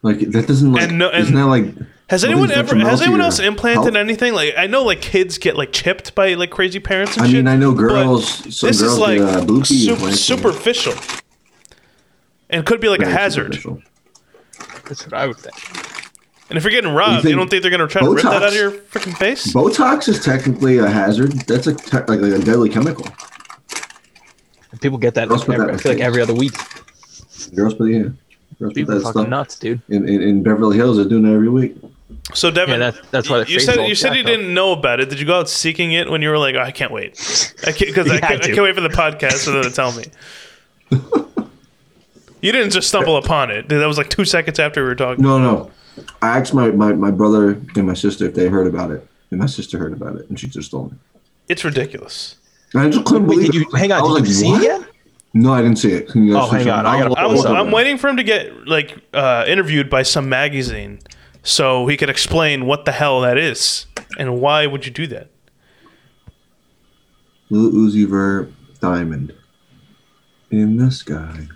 S3: Like that doesn't like.
S1: And no-
S3: isn't that like?
S1: Has
S3: Well,
S1: anyone
S3: then it's
S1: ever has
S3: detrimental to
S1: anyone
S3: your
S1: else implanted
S3: health.
S1: anything? Like I know like kids get like chipped by like crazy parents and
S3: I
S1: shit.
S3: mean, I know
S1: but
S3: girls. Some
S1: this
S3: girls
S1: is like
S3: get, uh, boopy
S1: sup-
S3: implanted.
S1: superficial. And could be like a
S3: Very
S1: hazard.
S3: superficial.
S2: That's what I would think.
S1: And if you're getting robbed, you,
S3: think
S1: don't think they're gonna try to rip that
S3: Botox-
S1: out of your freaking face?
S3: Botox is technically a hazard. That's a te- like, like a deadly chemical.
S2: And people get that.
S3: Girls put
S2: every-
S3: that
S2: I
S3: in
S2: feel like
S3: their
S2: every other week.
S3: Girls put yeah. Girls put
S2: People
S3: that
S2: are fucking
S3: stuff
S2: nuts, dude.
S3: in, in, in Beverly Hills. They're doing it every week.
S1: So Devin,
S2: Yeah, that's that's why their
S1: you
S2: face
S1: said
S2: all
S1: you said you
S2: jacked up.
S1: didn't know about it. Did you go out seeking it when you were like, oh, I can't wait, I can't
S3: <laughs>
S1: because I,
S2: Yeah, I
S1: can't, I
S2: do.
S1: can't wait for the podcast for them to tell me. you didn't just stumble upon it. That was like two seconds after we were talking.
S3: No, no. I asked my, my, my brother and my sister if they heard about it, and my sister heard about it, and she just told me.
S1: It's ridiculous.
S3: And I just couldn't
S2: Wait,
S3: believe
S2: did you
S3: it.
S2: hang
S3: I
S2: on? Did
S3: was
S2: you
S3: like,
S2: see it
S3: "What?"
S2: yet?
S3: No, I didn't see it.
S2: Oh, hang on, I gotta-
S1: I'm,
S2: What's up,
S1: I'm waiting for him to get like uh, interviewed by some magazine so he could explain what the hell that is and why would you do that.
S3: Lil Uzi Vert diamond in the sky.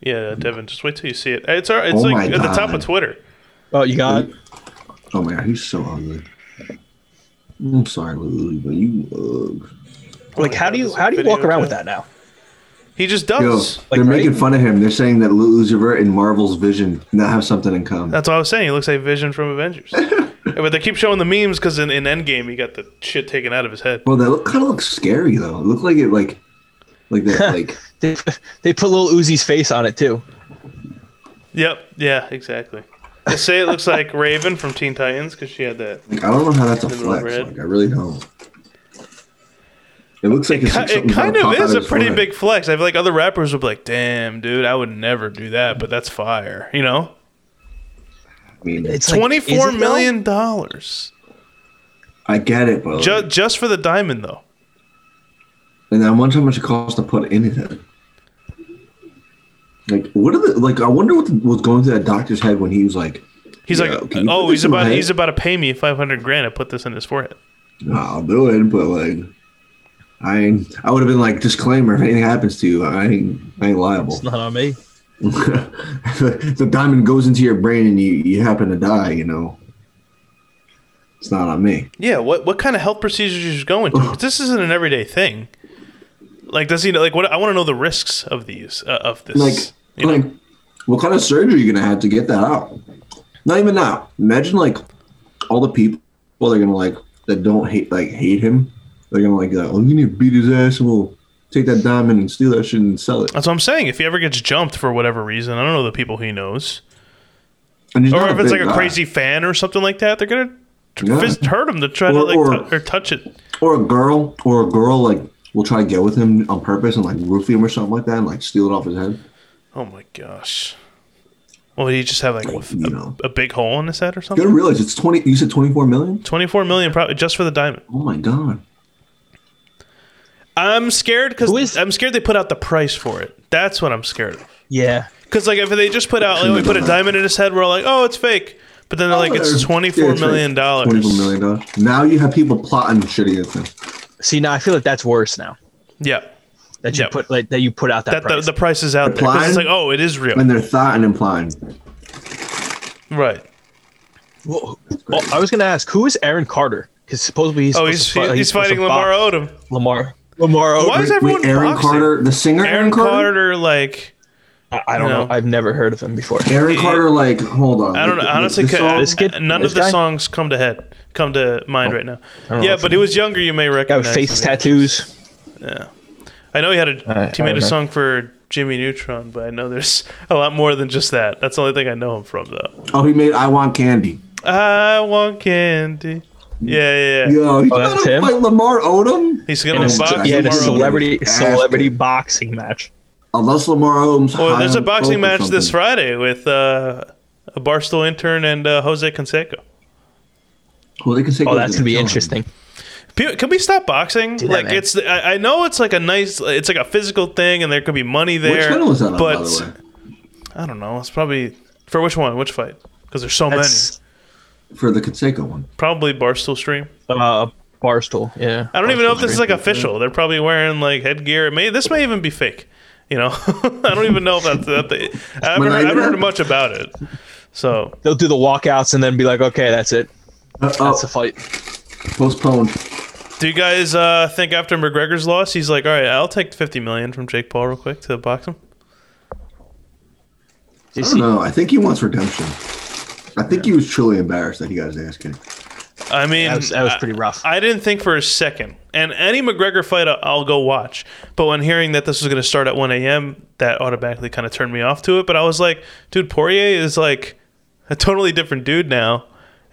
S1: Yeah, Devin, just wait till you see it. It's all, it's
S3: Oh
S1: like
S3: my
S1: at the top
S3: God.
S1: of Twitter.
S2: Oh, you got it?
S3: Oh my god, he's so ugly. I'm sorry, Lil Uzi, but you ugh.
S2: like how do you
S1: there's a
S2: how do you
S1: video
S2: walk around
S1: of
S2: with
S1: that.
S2: that now?
S1: He just
S3: Yo,
S1: does.
S2: Like,
S3: they're making
S2: right?
S3: fun of him. They're saying that Lil Uzi Vert and Marvel's Vision now have something in common.
S1: That's what I was saying. He looks like Vision from Avengers.
S3: <laughs>
S1: but they keep showing the memes because in, in Endgame he got the shit taken out of his head.
S3: well, that look kind of looks scary though. It looked like it like like that
S1: <laughs>
S3: like
S2: They, <laughs> they put little Uzi's face on it too.
S1: Yep. Yeah. Exactly. They say it looks like Raven from Teen Titans because she had that.
S3: Like, I don't know how that's a
S1: Middle
S3: flex.
S1: overhead.
S3: Like, I really don't. It looks like it's like
S1: It
S3: something's
S1: kind
S3: gonna
S1: of
S3: pop out
S1: is a
S3: his
S1: pretty
S3: forehead.
S1: big flex. I feel like other rappers would be like, "Damn, dude, I would never do that," but that's fire. You know,
S3: I mean,
S2: It's like,
S1: twenty
S2: is
S1: four
S2: it, though?
S1: million dollars
S3: I get it, but
S1: ju- just for the diamond though.
S3: and I wonder how much it costs to put in it. in. Like, what are the like? I wonder what the, was going through that doctor's head when he was like,
S1: He's
S3: Yeah,
S1: like,
S3: can you put
S1: "Oh,
S3: this
S1: he's
S3: in my
S1: about
S3: head?"
S1: he's about to pay me five hundred grand. I put this in his forehead."
S3: "Nah, "I'll do it," but like, I ain't, I would have been like, disclaimer: if anything happens to you, I ain't, I ain't liable.
S2: It's
S3: <laughs>
S2: not on me.
S3: the, the diamond goes into your brain and you you happen to die. You know, it's not on me.
S1: Yeah, what what kind of health procedures is going to? 'Cause This isn't an everyday thing. Like, does he know? Like, what I want to know the risks of these uh, of this.
S3: like,
S1: you know?
S3: like what kind of surgery are you gonna have to get that out? Not even now. Imagine like all the people well, they're gonna like that don't hate like hate him. They're gonna like, uh, oh, you need to beat his ass, and we'll take that diamond and steal that shit and sell it.
S1: That's what I'm saying. If he ever gets jumped for whatever reason, I don't know the people he knows,
S3: And he's
S1: or
S3: not
S1: if it's
S3: big
S1: like a
S3: guy.
S1: crazy fan or something like that, they're gonna t-
S3: Yeah.
S1: fist hurt him to try to
S3: Or-
S1: like
S3: or-
S1: tou- or touch it.
S3: or a girl, or a girl like will try to get with him on purpose and like roofie him or something like that, and like steal it off his head.
S1: Oh my gosh. Well, he just have like what,
S3: You
S1: a,
S3: know.
S1: a big hole in his head or
S3: You
S1: something.
S3: gotta realize it's twenty. You said twenty four million.
S1: 24 million probably just for the diamond.
S3: Oh my god.
S1: I'm scared
S2: Who
S1: because
S2: is-
S1: I'm scared they put out the price for it. That's what I'm scared of.
S2: Yeah.
S1: Because like if they just put out like we put a diamond in his head, we're like, oh, it's fake. But then they're like,
S3: Oh,
S1: it's twenty four million dollars.
S3: Twenty four million dollars. Now you have people plotting shit against him.
S2: See, now I feel like that's worse now
S1: Yeah,
S2: that you
S1: Yeah.
S2: put like that you put out that,
S1: that the,
S2: price.
S1: the price is out there. 'Cause It's like,
S3: Implying?
S1: oh, it is real,
S3: And they're thought and implying.
S1: right?
S2: Whoa. Oh, I was gonna ask who is Aaron Carter because supposedly he's
S1: Oh,
S2: supposed
S1: he's
S2: to
S1: he,
S2: fi-
S1: he's
S2: supposed to
S1: fighting Lamar
S2: box.
S1: Odom.
S2: Lamar. Lamar.
S1: Why
S2: Odom.
S1: is everyone
S3: Aaron
S1: boxing?
S3: Carter, the singer
S1: Aaron Carter, like
S2: I, I don't
S1: No.
S2: know. I've never heard of him before.
S3: Aaron Carter, like, hold on.
S1: I don't know.
S3: Like,
S1: Honestly,
S3: this
S1: ca-
S3: song-
S2: This kid?
S1: none of
S2: This
S1: the
S2: guy? Oh,
S1: songs come to head, come to mind right now.
S2: know
S1: Yeah,
S2: if
S1: but
S2: you-
S1: he was younger. You may
S2: Guy with
S1: recognize.
S2: Oh, face
S1: him.
S2: tattoos.
S1: I know he had a
S2: right,
S1: he made
S2: I
S1: a
S2: know.
S1: song for Jimmy Neutron, but I know there's a lot more than just that. That's the only thing I know him from though.
S3: oh, he made I Want Candy.
S1: I want candy. Yeah, yeah. yeah.
S3: Yo, he's
S2: Oh,
S3: trying
S2: that's
S3: to
S2: him?
S3: fight Lamar Odom?
S1: He's
S2: In
S1: gonna
S2: a,
S3: it's
S1: box
S3: just-
S2: he had a
S3: Lamar Odom.
S2: celebrity
S3: Bastard.
S2: celebrity boxing match.
S3: Unless Lamar Odom's.
S1: Well,
S3: high
S1: there's a
S3: on
S1: boxing
S3: coke or
S1: match this
S3: something.
S1: Friday with uh, a Barstool intern and uh, Jose Canseco.
S3: Well, they can say
S2: Oh, that's gonna be interesting.
S1: Pe- Can we stop boxing?
S2: Yeah,
S1: like
S2: man.
S1: it's I, I know it's like a nice it's like a physical thing, and there could be money there.
S3: Which channel is that on,
S1: but
S3: by the
S1: I don't know. It's probably for which one? Which fight? Because there's so many.
S2: That's
S3: way? For the Conseco one.
S1: Probably Barstool stream.
S2: uh, barstool. Yeah.
S1: I don't even know if this is like
S3: Barstool Street.
S1: official. They're probably wearing like headgear. It may this may even be fake. You know, <laughs> I don't even know if that's that. They, I haven't,
S3: Might not
S1: heard, I haven't
S3: even
S1: heard
S3: happen.
S1: much about it. So
S2: They'll do the walkouts and then be like, okay, that's it.
S3: Uh,
S2: That's
S3: oh,
S2: the fight.
S3: postponed.
S1: Do you guys uh, think after McGregor's loss, he's like, all right, I'll take fifty million from Jake Paul real quick to box him?
S2: You
S3: I
S2: see-
S3: don't know. I think he wants redemption. I think he was truly embarrassed that he got his ass kicked.
S1: I mean,
S2: That was, that was pretty rough.
S1: I, I didn't think for a second. And any McGregor fight, I- I'll go watch. But when hearing that this was going to start at one a.m., that automatically kind of turned me off to it. But I was like, dude, Poirier is like a totally different dude now.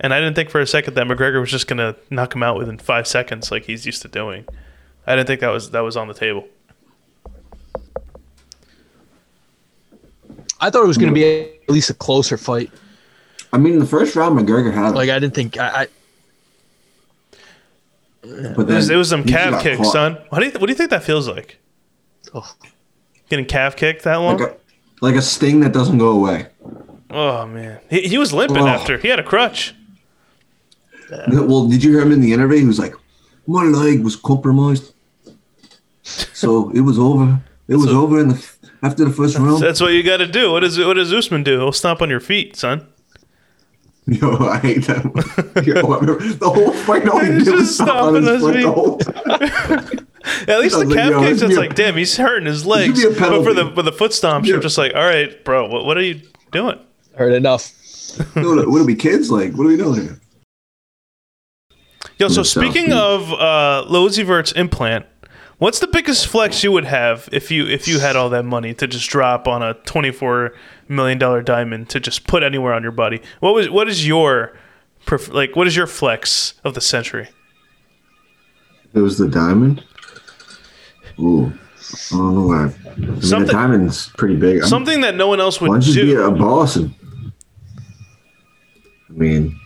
S1: And I didn't think for a second that McGregor was just going to knock him out within five seconds, like he's used to doing. I didn't think that was that was on the table.
S2: I thought it was gonna be at least a closer fight.
S3: I mean, the first round, McGregor had him,
S2: Like I didn't think I, I
S3: but
S1: It
S3: then
S1: was, it was some
S3: he just
S1: calf
S3: got
S1: kicks,
S3: caught.
S1: son. What do you th- what do you think that feels like?
S2: oh,
S1: Getting calf kicked that long?
S3: Like a, like a sting that doesn't go away.
S1: Oh man, he, he was limping
S3: Ugh.
S1: after. He had a crutch.
S3: Well, did you hear him in the interview? He was like, "My leg was compromised, so <laughs> it was over. It was over in the after
S1: <laughs>
S3: the first round."
S1: That's what you got to do. What does what does Usman do? He'll stomp on your feet, son.
S3: <laughs> Yo, I hate that. One. <laughs> Yo, I remember the whole fight. All he
S1: He's
S3: did
S1: just
S3: was stop
S1: stomping
S3: on his
S1: his
S3: foot
S1: feet.
S3: the whole time.
S1: At least
S3: I
S1: the
S3: was like,
S1: calf
S3: yo,
S1: kicks,
S3: it'd
S1: it's
S3: be a-
S1: like, damn, he's hurting his legs.
S3: be a
S1: But for the
S3: penalty.
S1: for the foot stomps,
S3: Yeah.
S1: you're just like, all right, bro, what, what are you doing?
S2: heard enough.
S3: Yo, What are we kids like? What are we doing here?
S1: Yo, so
S3: Mm, so-
S1: speaking of uh, Lozivert's implant, what's the biggest flex you would have if you if you had all that money to just drop on a twenty four million dollar diamond to just put anywhere on your body? What was what is your pref- like what is your flex of the century?
S3: It was the diamond. Ooh, I don't know why. I mean, the
S1: Something-
S3: diamond's pretty big. I'm-
S1: Something that no one else
S3: Why
S1: would
S3: don't you be
S1: do.
S3: a boss? And, I mean,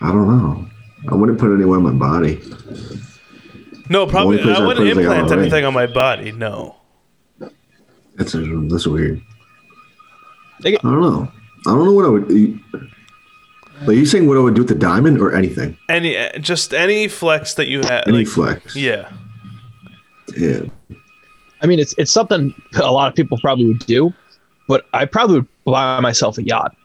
S3: I don't know. I wouldn't put it anywhere in my body.
S1: No, probably
S3: place
S1: I
S3: I'd
S1: wouldn't
S3: put is, like, on
S1: implant
S3: a ring.
S1: anything on my body. No.
S3: That's that's weird.
S2: They get-
S3: I don't know. I don't know what I would. You, are you saying what I would do with the diamond or anything?
S1: any uh, just any flex that you have
S3: Any
S1: like
S3: flex?
S1: yeah
S3: Yeah.
S2: I mean, it's it's something a lot of people probably would do, but I probably would buy myself a yacht.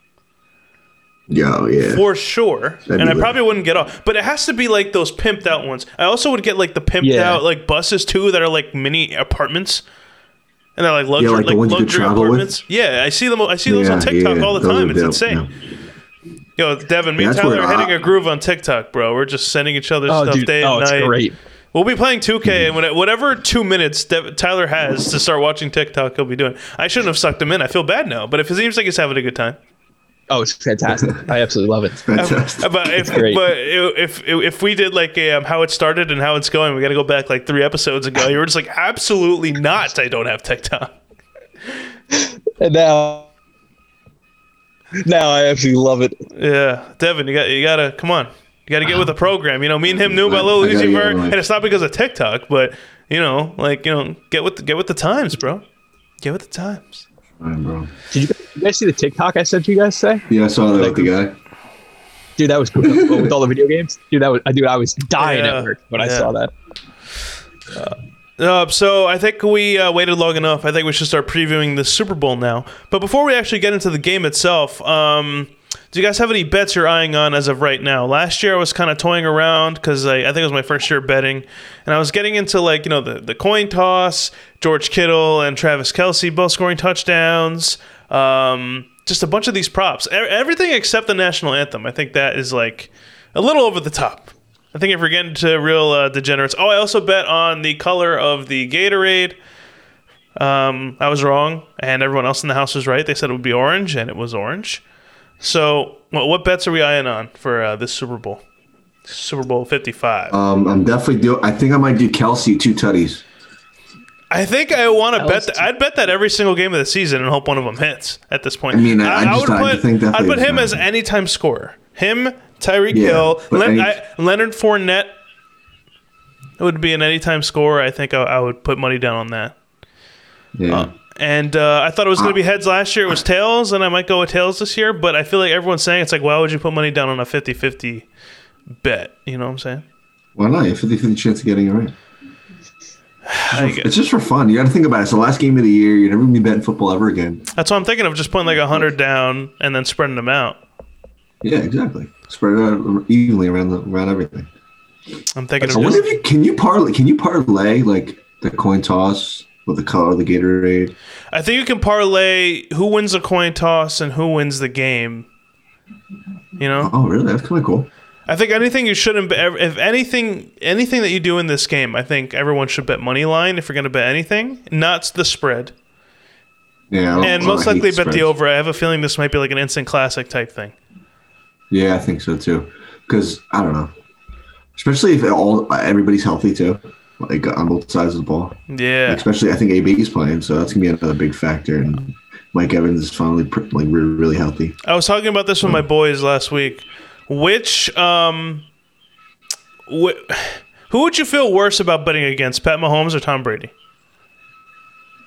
S3: Yo, yeah.
S1: for sure and
S3: That'd be
S1: i
S3: lit.
S1: probably wouldn't get off but it has to be like those pimped out ones i also would get like the pimped
S2: Yeah.
S1: out like buses too that are like mini apartments and they're like luxury,
S3: like the
S1: like
S3: ones you could
S1: luxury
S3: travel with?
S1: apartments yeah i see them i see those
S3: yeah,
S1: on tiktok
S3: yeah,
S1: all the
S3: those
S1: time
S3: are
S1: it's
S3: dope,
S1: insane
S3: yeah.
S1: Yo, Devin, me
S3: Yeah,
S1: and
S3: that's
S1: Tyler
S3: where
S1: are hitting
S3: I-
S1: a groove on TikTok, bro. We're just sending each other
S2: Oh,
S1: stuff
S2: dude.
S1: day and
S2: Oh, it's
S1: night.
S2: great.
S1: We'll be playing 2K,
S3: Mm-hmm.
S1: and when, whatever two minutes Dev, Tyler has to start watching TikTok, he'll be doing. I shouldn't have sucked him in. I feel bad now, but it seems like he's having a good time.
S2: Oh, it's fantastic. I absolutely love it.
S3: Fantastic.
S1: Uh, But if
S2: great.
S1: but i- if if we did like a, um, how it started and how it's going, we got to go back like three episodes ago. You were just like, absolutely not. I don't have TikTok.
S2: And now, now I absolutely love it.
S1: Yeah, Devin, you got you gotta come on. You gotta get with the program. You know, me and him knew about Lil
S3: I gotta
S1: Uzi
S3: get
S1: Vert,
S3: with my-
S1: and it's not because of TikTok, but you know, like you know, get with the, get with the times, bro. Get with the times.
S3: Fine, bro.
S2: Did you, guys- you guys see the TikTok I sent you guys today?
S3: Yeah, I saw that with the guy.
S2: Dude, that was
S1: <laughs>
S2: cool. Oh, with all the video games. Dude, that was uh, dude, I was dying
S1: Yeah.
S2: at work when I
S1: Yeah.
S2: saw that.
S1: Uh, so I think we uh, waited long enough. I think we should start previewing the Super Bowl now. But before we actually get into the game itself, um, do you guys have any bets you're eyeing on as of right now? Last year I was kind of toying around because I, I think it was my first year betting, and I was getting into like you know the the coin toss, George Kittle and Travis Kelsey both scoring touchdowns. Um, just a bunch of these props, E- everything except the national anthem. I think that is like a little over the top. I think if we're getting to real uh, degenerates. Oh, I also bet on the color of the Gatorade. Um, I was wrong, and everyone else in the house was right. They said it would be orange, and it was orange. So, what, what bets are we eyeing on for uh, this Super Bowl? Super Bowl 55.
S3: Um, I'm definitely do. I think I might do Kelsey two tutties.
S1: I think I want to bet.
S2: was
S1: That,
S2: too-
S1: I'd bet that every single game of the season and hope one of them hits at this point.
S3: I mean, I- I just- I
S1: would put,
S3: think
S1: I'd
S3: definitely
S1: put
S3: it's
S1: him
S3: not.
S1: as anytime scorer. Him, Tyreek
S3: Yeah,
S1: Hill,
S3: but
S1: Len-
S3: any-
S1: I- Leonard Fournette. It would be an anytime scorer. I think I, I would put money down on that.
S3: Yeah.
S1: And uh, I thought it was going to be heads last year. It was tails, and I might go with tails this year. But I feel like everyone's saying it's like, why would you put money down on a 50-50 bet? You know what I'm saying?
S3: Why not? You have 50 50 chance of getting it right.
S1: I guess.
S3: It's just for fun. You got to think about it. It's the last game of the year. You're never going to be betting football ever again.
S1: That's what I'm thinking of. Just putting like a hundred down and then spreading them out.
S3: Yeah, exactly. Spread it out evenly around the, around everything.
S1: I'm thinking
S3: I
S1: of
S3: wonder
S1: just,
S3: if you can you parlay can you parlay like the coin toss with the color of the Gatorade.
S1: I think you can parlay who wins the coin toss and who wins the game. You know,
S3: Oh, really? That's kind of cool.
S1: I think anything you shouldn't. bet- If anything, anything that you do in this game, I think everyone should bet money line if you're going to bet anything, not the spread,
S3: Yeah, I don't-
S1: and
S3: Oh, I
S1: most
S3: hate
S1: likely bet
S3: spreads.
S1: the over. I have a feeling this might be like an instant classic type thing.
S3: Yeah, I think so too. Because I don't know, especially if all everybody's healthy too, like on both sides of the ball.
S1: Yeah,
S3: Especially I think AB's playing, so that's gonna be another big factor. And Mike Evans is finally pr- like really, really healthy.
S1: I was talking about this with
S3: Hmm.
S1: my boys last week. Which um, wh- who would you feel worse about betting against, Pat Mahomes or Tom Brady?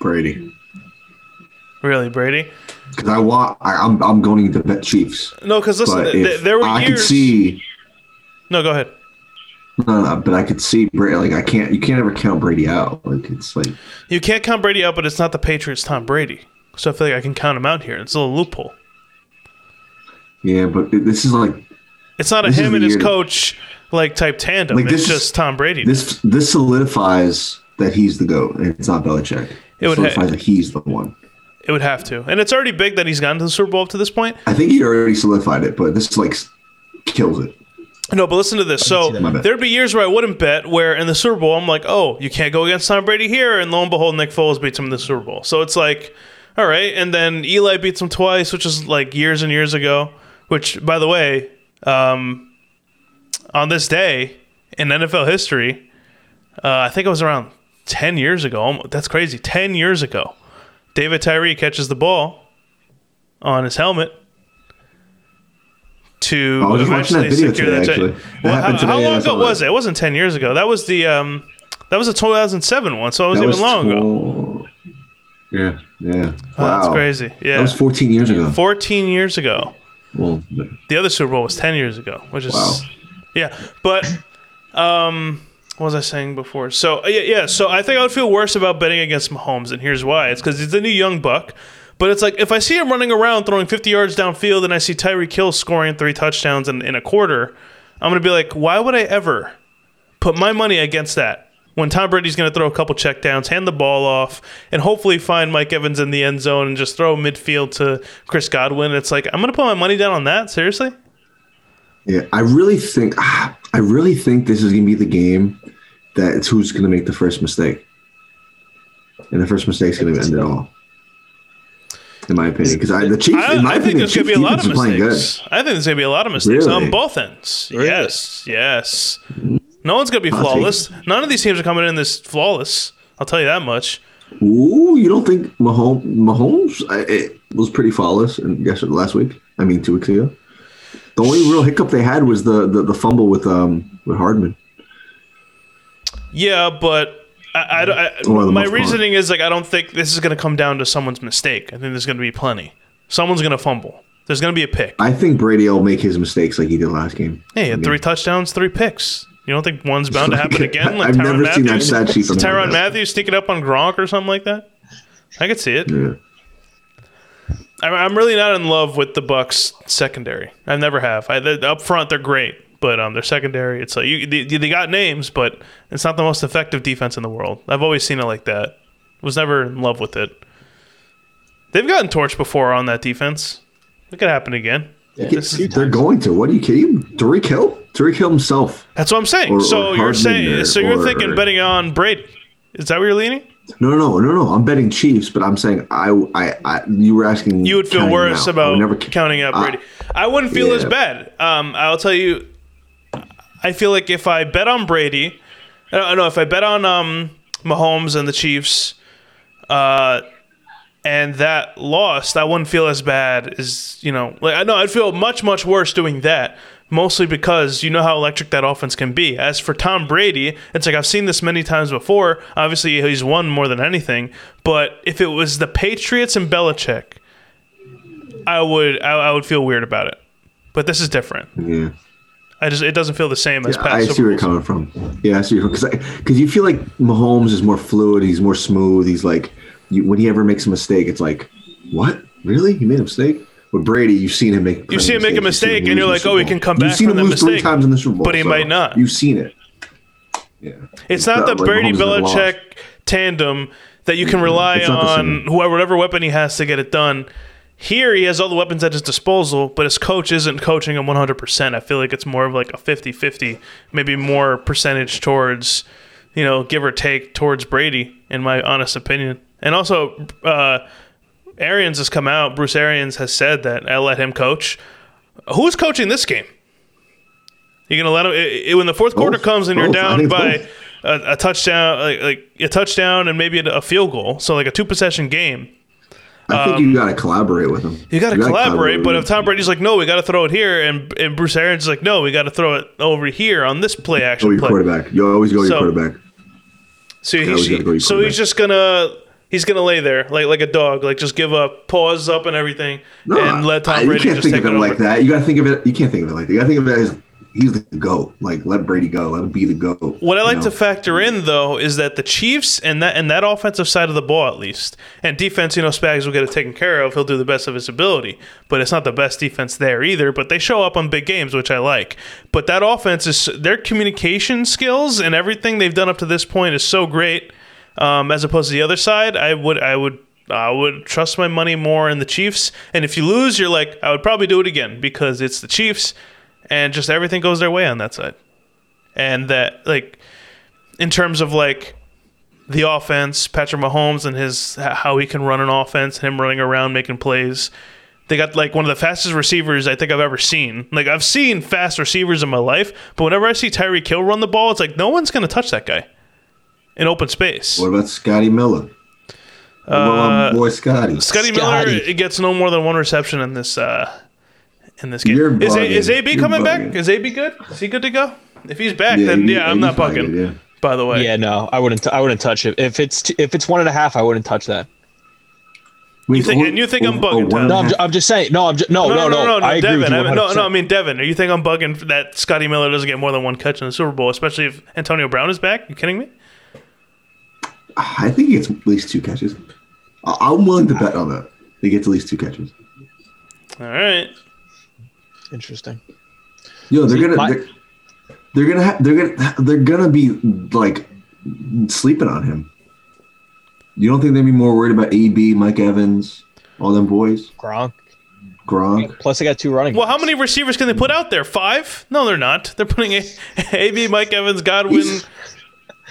S3: Brady,
S1: Really, Brady?
S3: because I want I, I'm I'm going to bet Chiefs,
S1: No, because listen,
S3: but
S1: th-
S3: if
S1: there were
S3: I
S1: years.
S3: could see.
S1: No, go ahead.
S3: No, no, but I could see Brady. Like I can't, you can't ever count Brady out. Like it's like
S1: You can't count Brady out, but it's not the Patriots, Tom Brady. So I feel like I can count him out here. It's a little loophole.
S3: yeah, but th- this is like
S1: It's not a
S3: This is
S1: him and his
S3: weird.
S1: coach like type tandem.
S3: Like,
S1: it's
S3: this is-
S1: just Tom Brady.
S3: this. This solidifies that he's the goat, and it's not Belichick.
S1: It would ha-
S3: solidifies that he's the one.
S1: it would have to, and it's already big that he's gotten to the Super Bowl up to this point.
S3: I think he already solidified it, but this like s- kills it.
S1: No, but listen to this. So
S3: that. My bad.
S1: there'd be years where I wouldn't bet. Where in the Super Bowl, I'm like, oh, you can't go against Tom Brady here, and lo and behold, Nick Foles beats him in the Super Bowl. So it's like, all right, and then Eli beats him twice, which is like years and years ago. Which, by the way, um, on this day in NFL history, uh, I think it was around ten years ago. Almo- That's crazy. Ten years ago, David Tyree catches the ball on his helmet. To
S3: I was just watching that
S1: eventually
S3: video
S1: secure
S3: today.
S1: that
S3: Actually,
S1: ti- well, how, how long ago was it? It wasn't ten years ago. That was the um, that was a 2007 one, so it was even long ago.
S3: ago. Yeah, yeah.
S1: Oh,
S3: wow,
S1: That's crazy.
S3: That
S1: Yeah,
S3: was 14 years ago.
S1: 14 years ago.
S3: Well,
S1: The other Super Bowl was 10 years ago, which is
S3: Wow.
S1: yeah. But um, what was I saying before? So uh, yeah, yeah. So I think I would feel worse about betting against Mahomes, and here's why: it's because he's the new young buck. But it's like if I see him running around throwing 50 yards downfield, and I see Tyreek Hill scoring three touchdowns in, in a quarter, I'm gonna be like, why would I ever put my money against that? When Tom Brady's going to throw a couple checkdowns, hand the ball off, and hopefully find Mike Evans in the end zone and just throw midfield to Chris Godwin, it's like I'm going to put my money down on that. Seriously?
S3: Yeah, I really think ah, I really think this is gonna be the game that it's who's gonna make the first mistake, and the first mistake's gonna end it all. In my opinion, because I the Chiefs,
S1: I,
S3: in
S1: I
S3: my
S1: think
S3: opinion,
S1: there's going to
S3: Chiefs
S1: be a lot of
S3: defense is playing good.
S1: mistakes. I think there's going to be a lot of mistakes
S3: Really?
S1: on both ends.
S4: Really?
S1: Yes, yes. No one's going to be
S3: I'll take
S1: flawless. None of these teams are coming in this flawless. I'll tell you that much.
S3: Ooh, you don't think Mahomes, Mahomes I, it was pretty flawless and yesterday last week? I mean, two weeks ago. The only real hiccup they had was the the, the fumble with um with Hardman.
S1: Yeah, but I, I, I-
S3: Or the
S1: my
S3: most part.
S1: reasoning is like I don't think this is going to come down to someone's mistake. I think there's going to be plenty. Someone's going to fumble. There's going to be a pick.
S3: I think Brady will make his mistakes like he did last game.
S1: Hey, he
S3: I
S1: had
S3: mean,
S1: three touchdowns, three picks. You don't think one's bound
S3: <laughs>
S1: to happen again? Like
S3: I've
S1: Tyron
S3: never seen that
S1: Matthews,
S3: stat sheet. from
S1: Tyron
S3: him.
S1: Matthews sneaking up on Gronk or something like that. I could see it.
S3: Yeah.
S1: I'm, I'm really not in love with the Bucks secondary. I never have. I, the, up front, they're great, but um, their secondary, it's like you, they, they got names, but it's not the most effective defense in the world. I've always seen it like that. Was never in love with it. They've gotten torched before on that defense. It could happen again.
S3: It's- They're going to. What are you kidding? Tariq Hill? Tariq Hill himself.
S1: That's what I'm saying.
S3: Or-
S1: so
S3: or
S1: you're
S3: Hardman
S1: saying,
S3: or-
S1: so you're
S3: or-
S1: thinking betting on Brady. Is that where you're leaning?
S3: No, no, no, no, no. I'm betting Chiefs, but I'm saying I, I, I you were asking.
S1: you would feel
S3: counting them
S1: worse
S3: out. I
S1: about
S3: would never ca-
S1: counting out
S3: I-
S1: Brady. I wouldn't feel as
S3: Yeah.
S1: bad. Um, I'll tell you, I feel like if I bet on Brady, I don't know if I bet on um, Mahomes and the Chiefs, uh, and that lost, I wouldn't feel as bad as you know. Like I know I'd feel much much worse doing that. Mostly because you know how electric that offense can be. As for Tom Brady, it's like I've seen this many times before. Obviously, he's won more than anything. But if it was the Patriots and Belichick, I would I, I would feel weird about it. But this is different.
S3: Yeah.
S1: I just it doesn't feel the same as
S3: Yeah, I
S1: past
S3: see where
S1: Super
S3: you're
S1: Bowls.
S3: coming from. Yeah, I see because because you feel like Mahomes is more fluid. He's more smooth. He's like you, when he ever makes a mistake, it's like, what? Really? He made a mistake? With Brady, you've seen him make.
S1: You've seen him make a mistake,
S3: You've seen him
S1: and you're like,
S3: lose in the
S1: oh, he
S3: Super
S1: can come
S3: Bowl.
S1: back
S3: You've seen
S1: from
S3: him
S1: that
S3: lose three
S1: mistake,
S3: times in the Super Bowl,
S1: but he
S3: so
S1: might not.
S3: You've seen it. Yeah,
S1: It's not the
S3: like
S1: Brady
S3: Mahomes never lost.
S1: Belichick tandem that you can rely
S3: It's not the
S1: on
S3: same.
S1: whoever whatever weapon he has to get it done. Here he has all the weapons at his disposal, but his coach isn't coaching him 100%. I feel like it's more of like a 50-50, maybe more percentage towards, you know, give or take towards Brady in my honest opinion. And also uh Arians has come out, Bruce Arians has said that I let him coach. Who's coaching this game? You're gonna let him i i when the fourth quarter
S3: Both.
S1: comes and you're
S3: Both. I
S1: down
S3: think
S1: by
S3: both.
S1: a, a touchdown, like, like a touchdown and maybe a, a field goal, so like a two possession game.
S3: I think you got to collaborate with him.
S1: Um, You got to collaborate, but if
S3: with him.
S1: Tom Brady's like, "No, we got to throw it here," and and Bruce Arians is like, "No, we got to throw it over here on this play
S3: Go
S1: action
S3: your
S1: play."
S3: quarterback. You always go
S1: So-
S3: your quarterback.
S1: So he's
S3: always gotta go your
S1: so he's
S3: quarterback.
S1: just gonna he's gonna lay there like like a dog, like just give up, paws up, and everything,
S3: No,
S1: and let
S3: I-
S1: Tom
S3: you
S1: Brady
S3: can't
S1: just
S3: think
S1: take
S3: of
S1: it
S3: it
S1: over.
S3: like that. You got to think of it. You can't think of it like that. You got to think of it as he's the goat. Like let Brady go. Let him be the goat.
S1: What I
S3: you
S1: like to
S3: know?
S1: factor in though is that the Chiefs and that and that offensive side of the ball at least and defense, you know, Spags will get it taken care of. He'll do the best of his ability, but it's not the best defense there either. But they show up on big games, which I like. But that offense is their communication skills and everything they've done up to this point is so great. Um, as opposed to the other side, I would I would I would trust my money more in the Chiefs. And if you lose, you're like I would probably do it again because it's the Chiefs, and just everything goes their way on that side. And that like in terms of like the offense, Patrick Mahomes and his h- how he can run an offense, him running around making plays. They got like one of the fastest receivers I think I've ever seen. Like I've seen fast receivers in my life, but whenever I see Tyree Kill run the ball, it's like no one's gonna touch that guy in open space.
S3: What about Scotty Miller? well, my
S1: Uh,
S3: boy Scotty.
S1: Scotty Miller
S2: Scotty.
S1: gets no more than one reception in this uh in this game.
S3: You're
S1: is, a,
S3: bugging.
S1: is AB
S3: You're
S1: coming back?
S3: bugging.
S1: Is AB good? Is he good to go? If he's back, then
S3: he-
S1: yeah, I'm
S3: he's
S1: not
S3: fine,
S1: bugging.
S3: Yeah.
S1: By the way,
S2: Yeah, no, I wouldn't. T- I wouldn't touch it. If it's t- if it's one and a half, I wouldn't touch that.
S3: You
S1: think- and you think I'm bugging, Tyler.
S2: No, I'm, ju- I'm just saying. No, I'm just no, no, no, I agree with
S1: Devin.
S2: you
S1: I mean, Mm-hmm. no,
S2: 100%.
S1: no, I mean Devin. You think I'm bugging for that Scotty Miller doesn't get more than one catch in the Super Bowl, especially if Antonio Brown is back? You kidding me?
S3: I think he gets at least two catches. I- I'm willing to bet on that. He gets at least two catches.
S1: All right.
S2: Interesting.
S3: Yo, they're gonna
S2: my-
S3: they're, they're gonna ha- they're gonna they're gonna be like sleeping on him. You don't think they'd be more worried about AB, Mike Evans, all them boys?
S2: Gronk.
S3: Gronk.
S2: Plus, I got two running.
S1: Well, how many receivers can they put out there? Five? No, they're not. They're putting a- <laughs> AB, Mike Evans, <laughs> Godwin,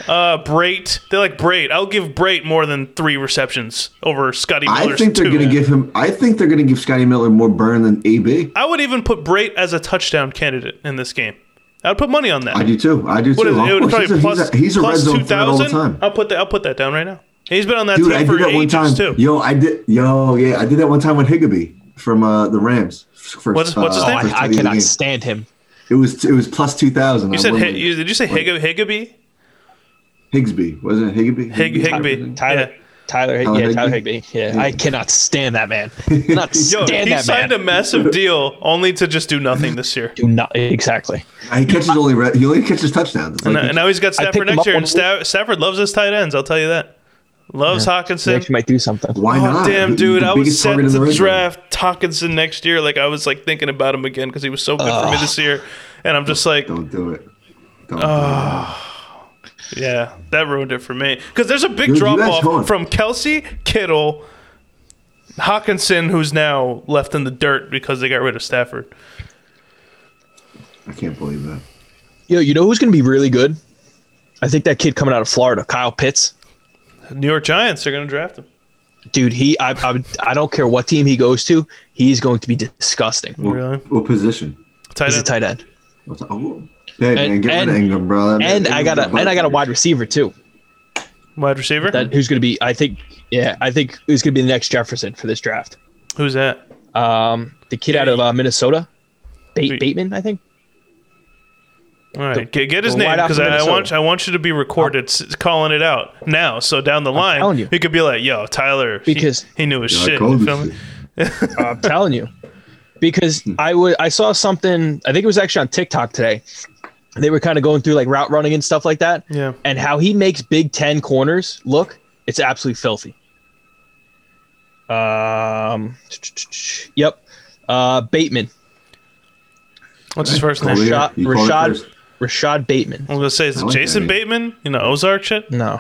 S1: uh, Brait. They like Brait. I'll give Brait more than three receptions over Scotty
S3: I
S1: Miller's
S3: think they're
S1: two.
S3: going to give him. I think they're going to give Scotty Miller more burn than AB.
S1: I would even put Brait as a touchdown candidate in this game. I'd put money on that.
S3: I do too. I do too.
S1: What is it?
S3: Of
S1: It would
S3: course,
S1: probably
S3: he's,
S1: plus,
S3: a, he's a red
S1: plus
S3: zone
S1: two
S3: threat all the
S1: thousand.
S3: time.
S1: I'll put that. I'll put that down right now. He's been on that
S3: Dude, I
S1: team
S3: did
S1: for
S3: that one time.
S1: ages too.
S3: Yo, I did. Yo, yeah, I did that one time with Higaby from uh, the Rams. First,
S1: What's- what's his
S3: uh,
S1: name?
S2: I, I
S3: first time of the
S2: cannot
S3: game.
S2: stand him.
S3: It was it was plus two thousand.
S1: You said Hi- you- did you say
S3: Wait.
S1: Hig- Higaby?
S3: Higsby, wasn't it Higaby?
S1: Hig- Higby.
S2: Tyler,
S1: Yeah.
S2: Tyler,
S3: Tyler
S2: yeah, Tyler
S3: Higbee.
S2: Higby. Yeah, I cannot stand that man. Not
S1: Yo,
S2: stand
S1: he
S2: that
S1: signed
S2: man.
S1: a
S3: <laughs>
S1: massive deal only to just do nothing this year.
S2: Do not exactly.
S3: He catches only red, he only catches touchdowns. It's
S1: And,
S3: like-
S1: and now he's got
S2: I
S1: Stafford
S2: picked him
S1: next
S2: up
S1: year, and
S2: one week.
S1: Staff, Stafford loves his tight ends. I'll tell you that. Loves
S2: They
S1: Hawkinson.
S2: actually might do something.
S3: why
S1: Oh,
S3: not?
S1: damn,
S3: He's
S1: dude!
S3: the
S1: I was
S3: biggest
S1: set
S3: target in the
S1: to
S3: red zone.
S1: draft Hawkinson next year. Like I was like thinking about him again because he was so good for me this year, and I'm just like,
S3: Don't do it. Don't
S1: Ah. Yeah, that ruined it for me. Because there's a big
S3: Dude, you
S1: drop
S3: guys
S1: off
S3: going.
S1: from Kelsey, Kittle, Hawkinson, who's now left in the dirt because they got rid of Stafford.
S3: do it. I can't believe that.
S2: Yo, you know who's going to be really good? I think that kid coming out of Florida, Kyle Pitts.
S1: New York Giants are going to draft him.
S2: Dude, he I, I I don't care what team he goes to, he's going to be disgusting.
S3: What,
S1: Really?
S3: What position?
S1: Tight
S2: He's a
S1: end.
S2: tight end.
S3: What's oh, hey, man,
S2: And-
S3: get rid of
S2: and-
S3: Ingram, bro. That-
S2: And
S3: that-
S2: I got a
S3: that-
S2: and I got a wide receiver too.
S1: Wide receiver?
S2: That who's going to be I think yeah, I think who's going to be the next Jefferson for this draft.
S1: Who's that?
S2: Um the kid out of uh, Minnesota, Bate,
S1: Wait.
S2: Bateman, I think.
S1: All right, get, get his
S2: the
S1: name
S2: wideout
S1: because
S2: from
S1: I, I want
S2: Minnesota.
S1: I want you to be recorded s- calling it out now. So down the line,
S2: telling
S1: you.
S2: you.
S1: could be like, "Yo, Tyler, he-
S2: Because-
S1: he, knew his
S3: Yeah, I
S1: shit."
S3: called
S1: You
S3: this
S1: feel me?
S3: shit.
S2: I'm telling you, because
S3: Hmm.
S2: I would I saw something. I think it was actually on TikTok today. They were kind of going through like route running and stuff like that.
S1: Yeah.
S2: And how he makes Big Ten corners look, it's absolutely filthy. Um. Yep. Uh, Bateman,
S1: What's his first
S3: Collier.
S1: name?
S3: Here,
S2: Rashad,
S3: you call it
S2: Rashad,
S3: first.
S2: Rashad Bateman.
S1: I was gonna say, is
S3: I
S1: it
S3: like
S1: Jason
S3: that.
S1: Bateman? You know, Ozark shit.
S2: No,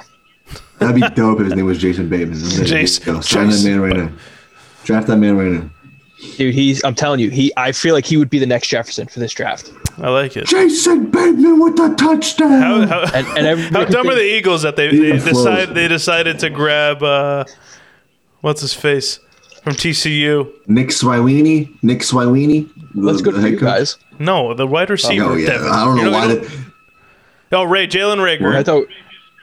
S1: <laughs>
S3: That'd be dope if his name was Jason Bateman. I'm gonna-
S1: Jason-
S3: yo, sign that
S1: Jason
S3: man right now. Draft that man right now.
S2: dude, he's. I'm telling you, he. I feel like he would be the next Jefferson for this draft.
S1: I like it.
S3: Jason Bateman with the touchdown.
S1: How, how,
S2: And and every,
S1: How dumb are the Eagles that they, they
S3: Even flows.
S1: decide they decided to grab uh, what's his face from TCU?
S3: Nick Swiweeny. Nick Swiweeny.
S2: That's good for you guys.
S1: No, the wide receiver.
S3: Oh yeah,
S1: Devin.
S3: I don't
S1: You
S3: know why.
S1: who-
S3: That,
S1: Oh, Ray Jalen Rager
S2: I thought.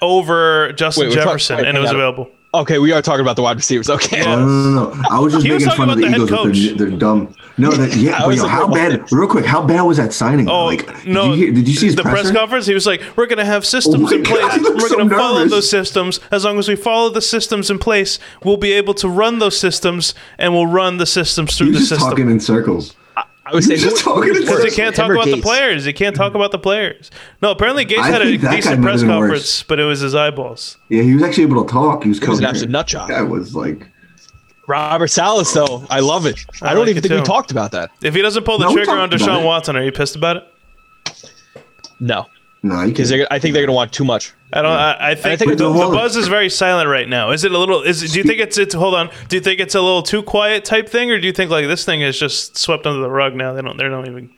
S1: over Justin
S2: Wait, we're talking-
S1: Jefferson,
S2: wait,
S1: and it
S2: hang
S1: was
S2: on.
S1: available.
S2: Okay, we are talking about the wide receivers. Okay.
S1: Yeah.
S3: Oh, No, no, no, no. I was just
S1: He was
S3: making
S1: talking
S3: fun of
S1: about
S3: the,
S1: the head
S3: Eagles with
S1: coach.
S3: their, their dumb.
S1: <laughs>
S3: No, that, yeah,
S2: I
S3: but
S2: was
S3: yo,
S2: like,
S3: how
S2: what?
S3: bad? Real quick, how bad was that signing?
S1: Oh
S3: like, did
S1: no!
S3: you, hear, did you see his
S1: the press
S3: presser? Oh
S1: conference? He was like, "We're going to have systems
S3: my
S1: in place.
S3: God, he looked
S1: We're
S3: so
S1: going to follow
S3: nervous.
S1: those systems. As long as we follow the systems in place, we'll be able to run those systems, and we'll run the systems
S3: He
S1: through
S3: was
S1: the
S3: just
S1: system."
S3: talking in circles.
S2: I would say
S3: You're just
S2: who-
S3: talking
S2: who's
S3: to
S2: worse,
S1: Because they can't
S2: him
S1: talk
S2: or
S1: about the
S2: Gates?
S1: players. They can't talk about the players. No, apparently Gates
S3: I
S1: had a
S3: think that guy
S1: decent
S3: might've
S1: press
S3: been worse.
S1: conference, but it was his eyeballs.
S3: Yeah, he was actually able to talk. He was,
S2: was an
S3: coherent.
S2: absolute nut job.
S3: That was like,
S2: Robert Salas, though, I love it. I,
S1: I
S2: don't
S1: like
S2: even
S1: it
S2: think we
S1: too.
S2: talked about that.
S1: If he doesn't pull the
S3: No, we
S1: trigger on
S3: talked about
S1: Deshaun
S3: it.
S1: Watson, are you pissed about it?
S2: No,
S3: nah, you
S2: because
S3: can't.
S2: I think they're going to want too much.
S1: I don't. I, I think,
S2: think
S1: the,
S3: it's-
S1: the buzz is very silent right now. Is it a little? Is it- do you think it's it's? Hold on. Do you think it's a little too quiet type thing, or do you think like this thing is just swept under the rug now? They don't. They don't even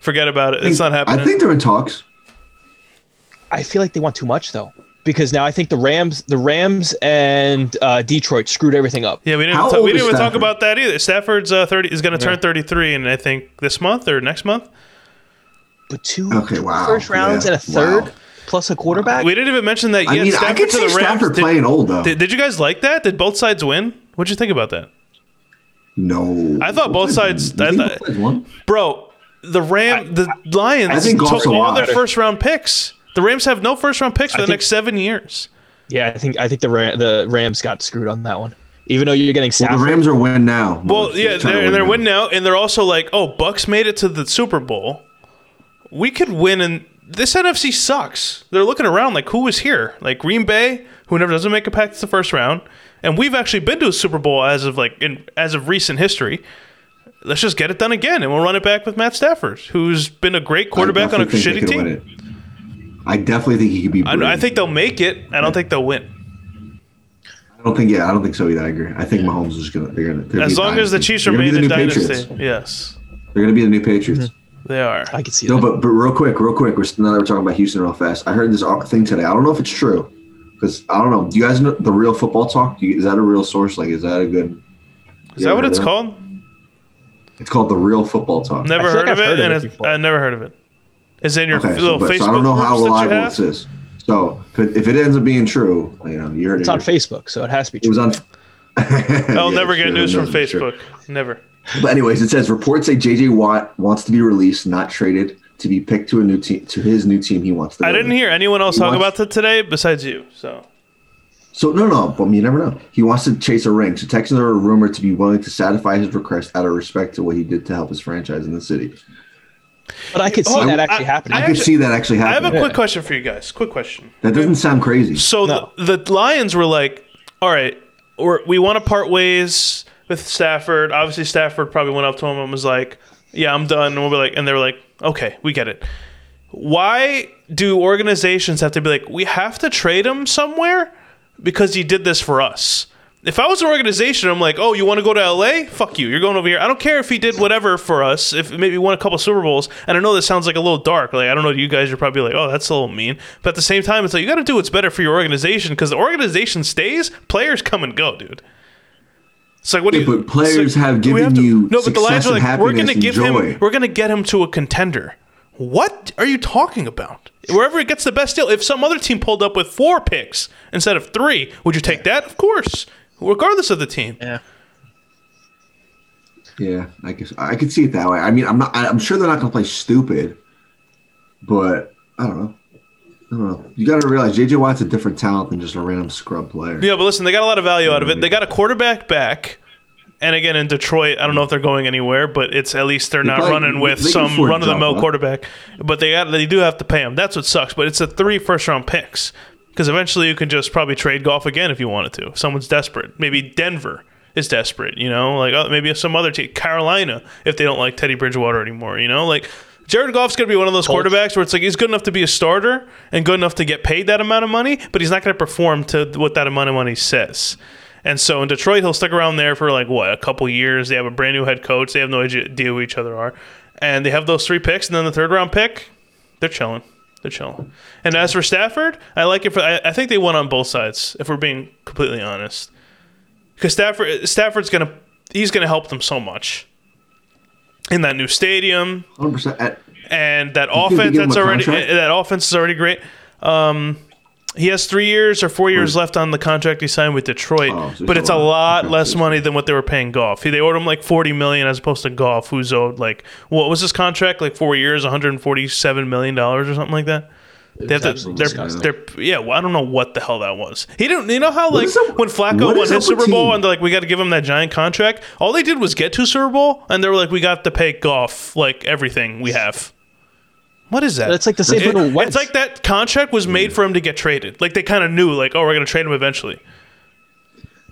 S1: forget about it. It's not happening.
S3: I think they're in talks.
S2: I feel like they want too much though, because now I think the Rams, the Rams and uh, Detroit screwed everything up.
S1: yeah, we didn't.
S3: How
S1: ta-
S3: old
S1: we
S3: is
S1: didn't even talk
S3: Stafford?
S1: about that either. Stafford's uh, thirty is going to turn thirty three, and I think this month or next month.
S2: But two
S3: Okay,
S2: two
S3: wow,
S2: first rounds
S3: yeah,
S2: and a third
S3: wow.
S2: plus a quarterback.
S1: We didn't even mention that
S3: I
S1: yet.
S3: mean, I could
S1: to
S3: see
S1: the Rams.
S3: Stafford
S1: Did-
S3: playing old though.
S1: Did, did you guys like that? Did both sides win? What'd you think about that,
S3: no,
S1: I thought both sides-
S3: You
S1: I
S3: think
S1: thought-
S3: both sides won?
S1: bro? The Ram, the
S3: I
S1: Lions
S3: think
S1: took
S3: Goff's a
S1: all
S3: lot.
S1: their first round picks. The Rams have no first round picks for the
S2: think-
S1: next seven years.
S2: yeah, I think I think the Ram, the Rams got screwed on that one. Even though you're getting
S3: The
S2: Stafford,
S3: Rams are win now.
S1: Well, yeah, they're, and they're winning now, and they're also like, oh, Bucks made it to the Super Bowl. We could win, and this NFC sucks. They're looking around like, who is here? Like Green Bay, who never doesn't make a pack to the first round, and we've actually been to a Super Bowl as of like in as of recent history. Let's just get it done again, and we'll run it back with Matt Stafford, who's been a great quarterback on a shitty team.
S3: I definitely think he could be.
S1: I, I
S3: Brady.
S1: think they'll make it. I don't think they'll win.
S3: I I don't think. Yeah, I don't think so either. I agree. I think Mahomes is gonna. They're gonna. they're
S1: As
S3: gonna be
S1: long as the
S3: dynasty.
S1: Chiefs
S3: They're gonna be
S1: remain
S3: the
S1: a
S3: new
S1: dynasty, Mm-hmm.
S3: Patriots.
S1: yes,
S3: They're gonna be the new Patriots.
S1: they are.
S2: I can see
S3: No,
S2: that.
S3: but but real quick, real quick. We're now that we're talking about Houston real fast. I heard this ar- thing today. I don't know if it's true because I don't know. Do you guys know the real football talk? Do you, is that a real source? Like, is that a good?
S1: Is
S3: you
S1: that
S3: ever
S1: what
S3: heard
S1: it's
S3: of it?
S1: called?
S3: It's called the real football talk.
S1: Never
S2: I feel
S1: heard,
S2: like
S1: of
S2: I've
S1: it,
S2: heard of
S1: and
S2: it
S1: it's,
S2: before.
S1: I never heard of it. Is it in your
S3: Okay, so,
S1: little
S3: but,
S1: Facebook
S3: so I don't know how
S1: groups that you
S3: reliable
S1: have?
S3: this is. So if it, if it ends up being true, you know, you heard
S2: It's
S3: it.
S2: on
S3: here.
S2: Facebook, so it has to be
S3: It
S2: true.
S3: was on.
S1: <laughs> I'll
S3: <laughs> I'll
S1: never get news from Facebook. Never.
S3: But anyways, it says reports say JJ Watt wants to be released, not traded, to be picked to a new team to his new team he wants to.
S1: I
S3: go
S1: didn't
S3: to.
S1: hear anyone else
S3: He
S1: talk
S3: wants-
S1: about that today besides you. So
S3: So no, no, but I mean, you never know. He wants to chase a ring. So Texans are rumored to be willing to satisfy his request out of respect to what he did to help his franchise in the city.
S2: But I could see
S1: Oh,
S2: that
S1: I-
S2: actually happening.
S3: I,
S1: I
S3: could
S1: actually-
S3: see that actually
S1: I have a
S3: happening.
S1: quick question for you guys. Quick question.
S3: that doesn't sound crazy.
S1: So
S2: No.
S1: the, the Lions were like, all right, we're, we want to part ways with Stafford. Obviously, Stafford probably went up to him and was like, yeah, I'm done. And we'll be like, and they were like, okay, we get it. Why do organizations have to be like, we have to trade him somewhere because he did this for us? If I was an organization, I'm like, oh, you want to go to LA? Fuck you. You're going over here. I don't care if he did whatever for us, if maybe he won a couple Super Bowls. And I know this sounds like a little dark. Like, I don't know, you guys are probably like, oh, that's a little mean. But at the same time, it's like, you got to do what's better for your organization because the organization stays, players come and go, dude. It's like, what do
S3: Yeah,
S1: you
S3: but players
S1: it's like,
S3: have
S1: do we
S3: given
S1: to-
S3: you
S1: No, but the Lions
S3: success
S1: are like,
S3: and
S1: we're going to
S3: happiness and
S1: give
S3: joy."
S1: him, we're going to get him to a contender. What are you talking about? Wherever it gets the best deal, if some other team pulled up with four picks instead of three, would you take that? Of course, regardless of the team.
S2: yeah.
S3: Yeah, I guess I could see it that way. I mean, I'm not. I, I'm sure they're not going to play stupid, but I don't know. I don't know. You got to realize JJ Watt's a different talent than just a random scrub player.
S1: Yeah, but listen, they got a lot of value out of it. They got a quarterback back. And again, in Detroit, I don't know if they're going anywhere, but it's at least they're not
S3: probably-
S1: running with
S3: they can
S1: some
S3: afford
S1: run of the mill
S3: Jumbo.
S1: quarterback. But they got, they do have to pay him. That's what sucks. But it's a three first round picks because eventually you can just probably trade golf again if you wanted to. If someone's desperate. Maybe Denver is desperate. You know, like oh, maybe some other team, Carolina, if they don't like Teddy Bridgewater anymore. You know, like. Jared Goff's going to be one of those quarterbacks where it's like he's good enough to be a starter and good enough to get paid that amount of money, but he's not going to perform to what that amount of money says. And so in Detroit, he'll stick around there for like what a couple years. They have a brand new head coach. They have no idea who each other are, and they have those three picks. And then the third round pick, they're chilling. They're chilling. And as for Stafford, I like it. For, I, I think they won on both sides. If we're being completely honest, because Stafford Stafford's gonna he's gonna help them so much in that new stadium
S3: 100%. At,
S1: and that
S3: think they
S1: offense
S3: give him
S1: that's
S3: a
S1: already eh,
S3: contract?
S1: that offense is already great. Um, he has three years or four years left on the contract he signed with Detroit,
S3: Oh, so
S1: but
S3: he's
S1: it's a
S3: still-
S1: lot
S3: okay,
S1: less
S3: so-
S1: money than what they were paying Golf. They owed him like forty million as opposed to Golf, who's owed like what was his contract like four years, one hundred forty-seven million dollars or something like that. They have to,
S2: absolutely
S1: they're,
S2: disgusting.
S1: they're, yeah. Well, I don't know what the hell that was. He didn't. You know how like
S3: is up-
S1: when Flacco
S3: what
S1: won his
S3: is up with
S1: Super Bowl
S3: team?
S1: and they're like, we got to give him that giant contract. All they did was get to Super Bowl and they were like, we got to pay Golf like everything we have. What is that?
S2: That's like the same
S1: It-
S2: thing with Wentz.
S1: It's like that contract was made for him to get traded. Like they kind of knew, like, oh, we're gonna trade him eventually.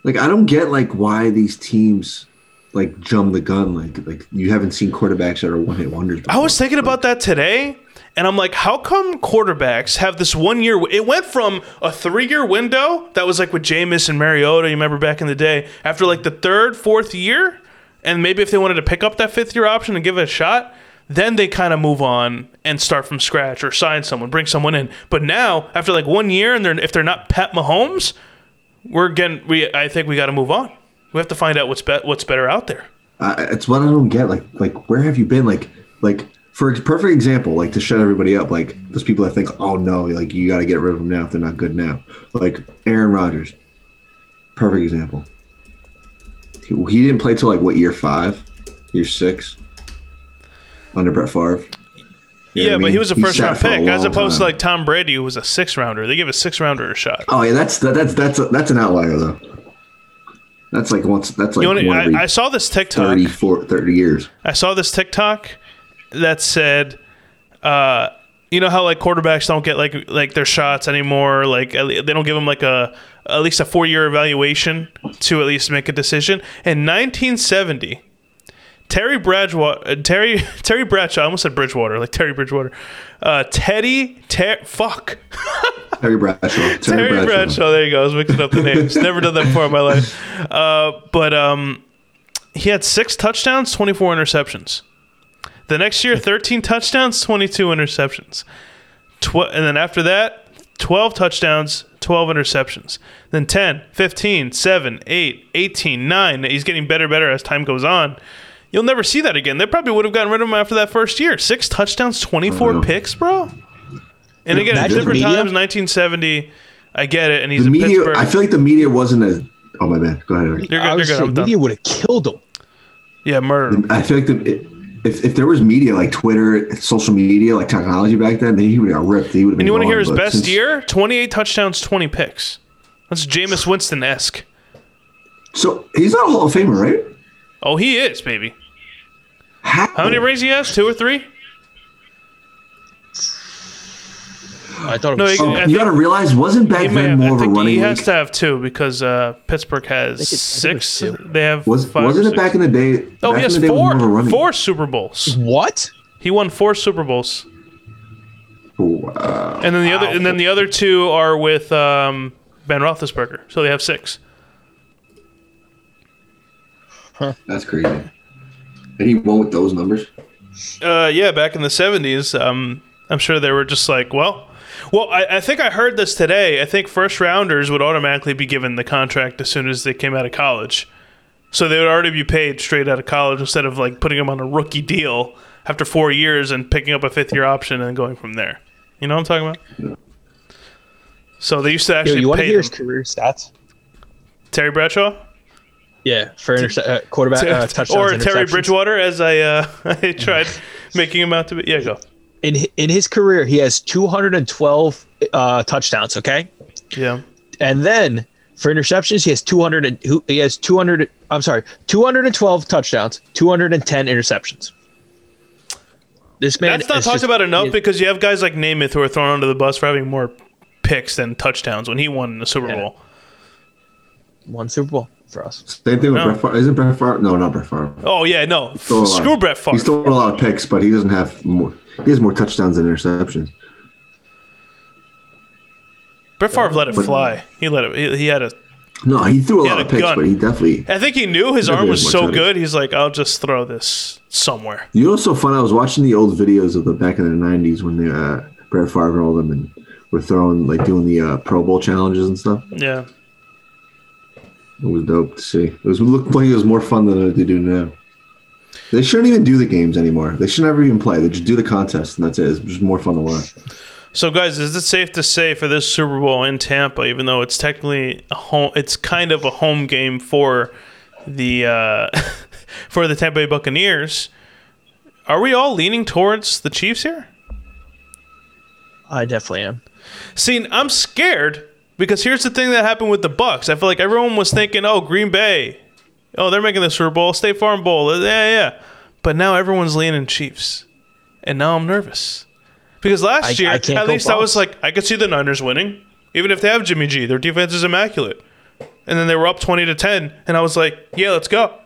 S3: like I don't get like why these teams like jump the gun. Like like you haven't seen quarterbacks that are one hit wonders.
S1: I was thinking about that today, and I'm like, how come quarterbacks have this one year? It went from a three year window that was like with Jameis and Mariota, you remember back in the day, after like the third, fourth year, and maybe if they wanted to pick up that fifth year option and give it a shot, then they kind of move on and start from scratch or sign someone, bring someone in. But now, after like one year, and they're, if they're not Pat Mahomes, we're getting, we, I think we got to move on. We have to find out what's be- what's better out there.
S3: I, it's what I don't get. Like, like where have you been? Like, like for a perfect example, like to shut everybody up. Like those people that think, oh no, like you got to get rid of them now if they're not good now. Like Aaron Rodgers, perfect example. He, he didn't play till like what year five, year six, under Brett Favre. You
S1: Yeah,
S3: know what I
S1: but
S3: mean?
S1: he was a first
S3: sat
S1: round
S3: for a
S1: pick, as
S3: long
S1: opposed
S3: time.
S1: to like Tom Brady, who was a six rounder. They gave a six rounder a shot.
S3: Oh yeah, that's that, that's that's that's an outlier though. That's like once. That's like
S1: You wanna,
S3: one every
S1: I, I saw this TikTok.
S3: 30, 40, 30 years.
S1: I saw this TikTok that said, uh, you know how like quarterbacks don't get like like their shots anymore. Like at le- they don't give them like a at least a four year evaluation to at least make a decision. In 1970, Terry Bradshaw, uh, Terry <laughs> Terry Bradshaw, I almost said Bridgewater, like Terry Bridgewater, uh, Teddy, Ter- fuck,
S3: Terry Bradshaw. Terry,
S1: Terry Bradshaw. There you go. I was mixing up the names. Never done that before in my life. Uh, but um, he had six touchdowns, 24 interceptions. The next year, 13 touchdowns, 22 interceptions. Tw- and then after that, 12 touchdowns, 12 interceptions. Then 10, 15, 7, 8, 18, 9. He's getting better, better as time goes on. You'll never see that again. They probably would have gotten rid of him after that first year. Six touchdowns, 24
S3: Wow.
S1: picks, bro. And again,
S2: Imagine
S1: different
S2: media.
S1: times, 1970. I get it, and he's
S3: The
S1: in
S3: media.
S1: Pittsburgh.
S3: I feel like the media wasn't as. Oh my man, go ahead. Eric.
S1: you're good. You're good.
S2: Obviously,
S1: I'm done.
S2: media would have killed him.
S1: yeah, murder. him.
S3: I feel like the, it, if if there was media like Twitter, social media, like technology back then, then he would have got ripped. He would have.
S1: And you want to hear his
S3: but
S1: best
S3: since-
S1: year? 28 touchdowns, 20 picks. That's Jameis Winston esque.
S3: So he's not a Hall of Famer, right?
S1: Oh, he is, baby.
S3: How,
S1: How many rings he has? Two or three?
S2: I thought it
S1: No,
S2: was.
S1: he-
S3: Oh,
S1: I
S3: you
S1: think-
S3: got to realize, wasn't
S1: He
S3: back
S1: may
S3: then
S1: have.
S3: more
S1: I
S3: of a
S1: think
S3: running
S1: he
S3: league?
S1: has to have two because uh, Pittsburgh has
S2: think it was
S1: six.
S2: two.
S1: They have
S3: Was
S1: five.
S3: wasn't
S1: or
S3: it back
S1: six.
S3: in the day?
S1: Oh, he
S3: back in
S1: has
S3: the day was more of a
S1: four.
S3: running
S1: Four Super Bowls.
S2: what?
S1: He won four Super Bowls,
S3: league. Wow.
S1: and then the other, and then the other two are with um, Ben Roethlisberger. So they have six.
S3: That's crazy. And he won with those numbers.
S1: uh, yeah, back in the seventies, um, I'm sure they were just like, well, well, I, I think I heard this today. I think first rounders would automatically be given the contract as soon as they came out of college, so they would already be paid straight out of college instead of like putting them on a rookie deal after four years and picking up a fifth year option and going from there. You know what I'm talking about? So they used to
S2: Yo,
S1: actually
S2: you want to
S1: pay
S2: hear his
S1: them.
S2: career stats?
S1: Terry Bradshaw
S2: Yeah, for interse- uh, quarterback
S1: <laughs>
S2: uh, touchdowns
S1: or Terry
S2: interceptions.
S1: Bridgewater, as I uh, <laughs> I tried making him out to be. Yeah, go.
S2: In hi- in his career, he has 212 uh, touchdowns. Okay,
S1: Yeah.
S2: and then for interceptions, he has 200. And, who- he has 200. I'm sorry, 212 touchdowns, 210 interceptions. This man
S1: That's not
S2: is
S1: talked
S2: just-
S1: about enough
S2: he-
S1: because you have guys like Namath who are thrown under the bus for having more picks than touchdowns when he won the Super
S2: Yeah.
S1: Bowl.
S2: one Super Bowl for us.
S3: Same thing with
S1: No.
S3: Brett Favre. Isn't Brett Favre? No, not Brett Favre.
S1: Oh yeah, no, F-
S3: Still a lot.
S1: screw Brett Favre.
S3: He's throwing a lot of picks, but he doesn't have more. He has more touchdowns than interceptions.
S1: Brett Favre let it fly. He let it. He, he had a.
S3: No, he threw a
S1: He had
S3: lot
S1: a
S3: of picks,
S1: gun.
S3: but he definitely.
S1: I think he knew his
S3: Yeah,
S1: arm
S3: he
S1: was
S3: had
S1: so
S3: more touchdowns.
S1: good. He's like, I'll just throw this somewhere.
S3: You know, what's so fun. I was watching the old videos of the back in the '90s when they uh, Brett Favre and all them and were throwing like doing the uh, Pro Bowl challenges and stuff.
S1: Yeah,
S3: It was dope to see. It was it looked like it was more fun than they do now. They shouldn't even do the games anymore. They should never even play. They just do the contest and that's it. It's just more fun to watch.
S1: So, guys, is it safe to say for this Super Bowl in Tampa, even though it's technically a home, it's kind of a home game for the uh, <laughs> for the Tampa Bay Buccaneers? Are we all leaning towards the Chiefs here?
S2: I definitely am.
S1: See, I'm scared because here's the thing that happened with the Bucks. I feel like everyone was thinking, "Oh, Green Bay, oh, they're making the Super Bowl, State Farm Bowl, Uh, yeah, yeah." But now everyone's leaning Chiefs, and now I'm nervous because last
S2: I-
S1: year,
S2: I can't
S1: at
S2: go
S1: least I was
S2: Bucks.
S1: like, I could see the Niners winning, even if they have Jimmy G. Their defense is immaculate, and then they were up twenty to ten, and I was like, "Yeah, let's go."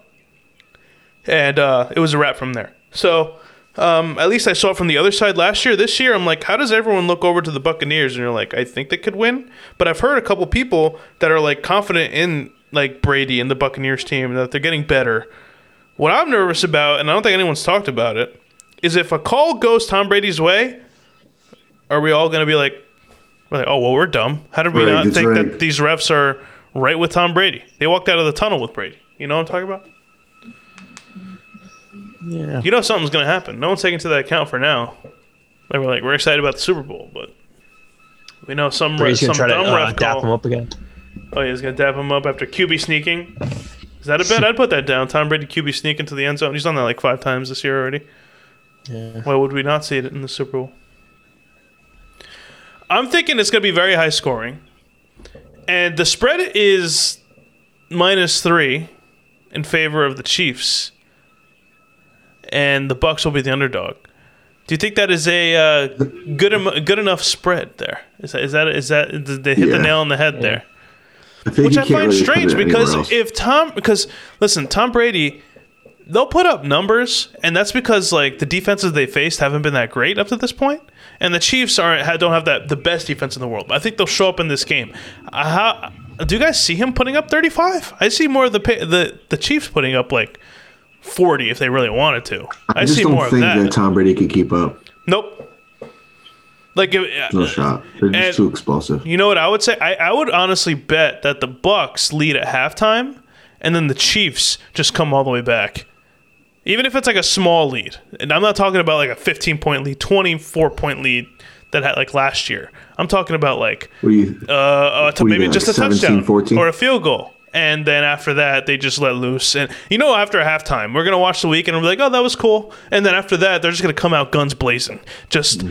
S1: and uh, it was a wrap from there. So um, at least I saw it from the other side last year. This year, I'm like, how does everyone look over to the Buccaneers? And you're like, I think they could win. But I've heard a couple people that are like confident in like Brady and the Buccaneers team that they're getting better. What I'm nervous about, and I don't think anyone's talked about it, is if a call goes Tom Brady's way, are we all going to be like, we're like, oh well, we're dumb. How did we
S3: Right,
S1: not
S3: that's
S1: think that
S3: right.
S1: these refs are right with Tom Brady? They walked out of the tunnel with Brady. You know what I'm talking about?
S2: Yeah,
S1: you know something's gonna happen. No one's taking to that account for now. Like we're like we're excited about the Super Bowl, but we know some ref,
S2: Brady's
S1: some
S2: gonna try
S1: dumb
S2: to uh,
S1: ref
S2: dap him
S1: call.
S2: up again.
S1: Oh, yeah, he's gonna dap him up after QB sneaking. Is that a bet? I'd put that down. Tom Brady QB sneaking to the end zone. He's done that like five times this year already.
S2: Yeah.
S1: Why would we not see it in the Super Bowl? I'm thinking it's gonna be very high scoring, and the spread is minus three in favor of the Chiefs, and the Bucks will be the underdog. Do you think that is a uh, good em- good enough spread? There is that is that, is that did they hit the
S3: Yeah.
S1: nail on the head there?
S3: I feel like
S1: which
S3: you
S1: I
S3: can't
S1: find
S3: really put
S1: strange
S3: it anywhere
S1: because
S3: else.
S1: if Tom, because listen, Tom Brady, they'll put up numbers, and that's because like the defenses they faced haven't been that great up to this point, and the Chiefs aren't ha- don't have that the best defense in the world. But I think they'll show up in this game. Uh, how, do you guys see him putting up 35? I see more of the pa- the the Chiefs putting up like 40 if they really wanted to. I,
S3: I just
S1: see
S3: don't
S1: more
S3: think
S1: of
S3: that.
S1: that.
S3: Tom Brady can keep up.
S1: nope. Like if, uh,
S3: No shot. They're just
S1: And-
S3: too explosive.
S1: You know what I would say? I, I would honestly bet that the Bucks lead at halftime, and then the Chiefs just come all the way back. Even if it's like a small lead, and I'm not talking about like a 15 point lead, 24 point lead that had like last year. I'm talking about like
S3: What do you?
S1: uh, uh to
S3: What do you
S1: maybe
S3: got,
S1: just a
S3: 17,
S1: touchdown
S3: 14?
S1: or a field goal. And then after that, they just let loose. And you know, after halftime, we're gonna watch the week and we're like, oh, that was cool. And then after that, they're just gonna come out guns blazing, just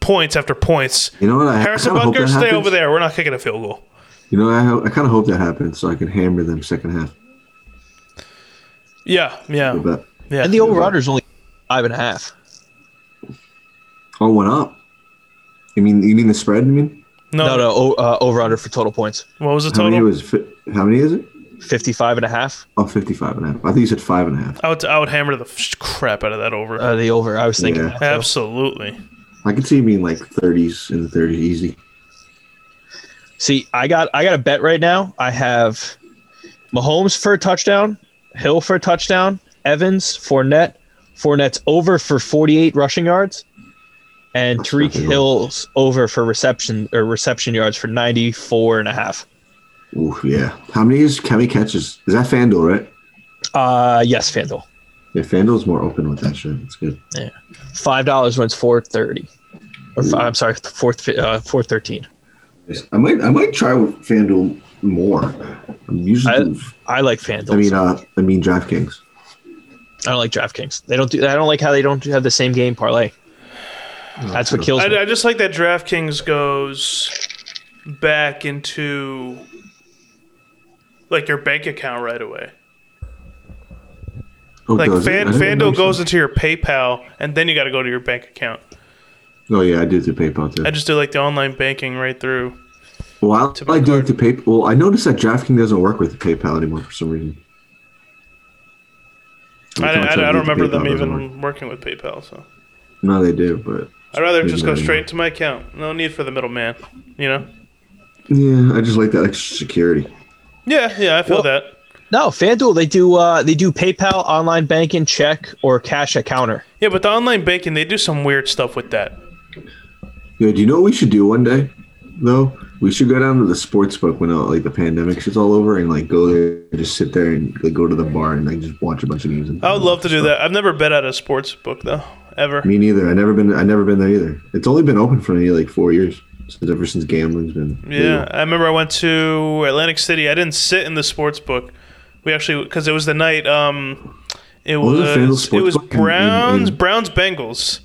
S1: points after points.
S3: you know what? I, I
S1: Harrison
S3: kind of hope
S1: Bunker,
S3: that
S1: stay
S3: happens.
S1: over there. We're not kicking a field goal.
S3: You know, I, ho- I kind of hope that happens so I can hammer them second half.
S1: Yeah, yeah,
S3: But
S1: yeah.
S2: And the over under is only five and a half.
S3: oh, went up. You mean you mean the spread? You mean
S1: no,
S2: No, no, o- uh, over under for total points.
S1: What was the
S3: how many
S1: total?
S3: was fi- how many is it?
S2: 55 and a half.
S3: Oh, 55 and a half. I think you said five and a half.
S1: I would, I would hammer the f- crap out of that over.
S2: Uh, the over. I was thinking.
S3: Yeah.
S2: that, too.
S1: Absolutely.
S3: I could see it being like 30s in the 30s easy.
S2: See, I got I got a bet right now. I have Mahomes for a touchdown, Hill for a touchdown, Evans, Fournette, Fournette's over for 48 rushing yards, and
S3: That's
S2: Tariq
S3: nothing wrong.
S2: Hill's over for reception or reception yards for 94 and a half.
S3: Ooh, yeah. How many is how many catches? Is that FanDuel, right?
S2: Uh yes, FanDuel.
S3: Yeah, FanDuel's more open with that shit. It's good.
S2: Five dollars when it's 430. Or fi- I'm sorry, four uh, 413.
S3: I might I might try with FanDuel more. I'm usually
S2: I- I like FanDuel.
S3: I mean uh I mean DraftKings.
S2: I don't like DraftKings. They don't do. I don't like how they don't have the same game
S3: <sighs>
S2: parlay. That's what kills
S1: I,
S2: me.
S1: I just like that DraftKings goes back into like your bank account right away.
S3: Oh,
S1: Like
S3: does it?
S1: Fan,
S3: I
S1: FanDuel
S3: didn't notice
S1: goes
S3: that.
S1: into your PayPal, and then you got to go to your bank account.
S3: Oh yeah, I do through PayPal too.
S1: I just do like the online banking right through.
S3: well, I,
S1: my
S3: I do it through PayPal. Well, I noticed that DraftKings doesn't work with PayPal anymore for some reason.
S1: I, I, I don't remember them
S3: PayPal doesn't work.
S1: even working with PayPal, so
S3: No, they do, but
S1: I'd rather
S3: Maybe
S1: just go
S3: not
S1: straight
S3: anymore.
S1: to my account. No need for the middleman, you know.
S3: yeah, I just like that extra security.
S1: Yeah, yeah, I feel
S2: Well-
S1: that.
S2: No, FanDuel they do. Uh, they do PayPal, online banking, check, or cash at counter.
S1: Yeah, but the online banking, they do some weird stuff with that.
S3: Yeah, do you know what we should do one day? Though we should go down to the sports book when uh, like the pandemic shit's all over and like go there and just sit there and like go to the bar and like just watch a bunch of games. And
S1: I would love to do that. I've never bet at a sports book though, ever.
S3: Me neither. I never been. I never been there either. It's only been open for me like four years since ever since gambling's been.
S1: Yeah, I remember I went to Atlantic City. I didn't sit in the sports book. We actually because it was the night. Um, it
S3: was the FanDuel
S1: was it
S3: sports
S1: was
S3: book in- in-
S1: Browns
S3: in-
S1: Browns Bengals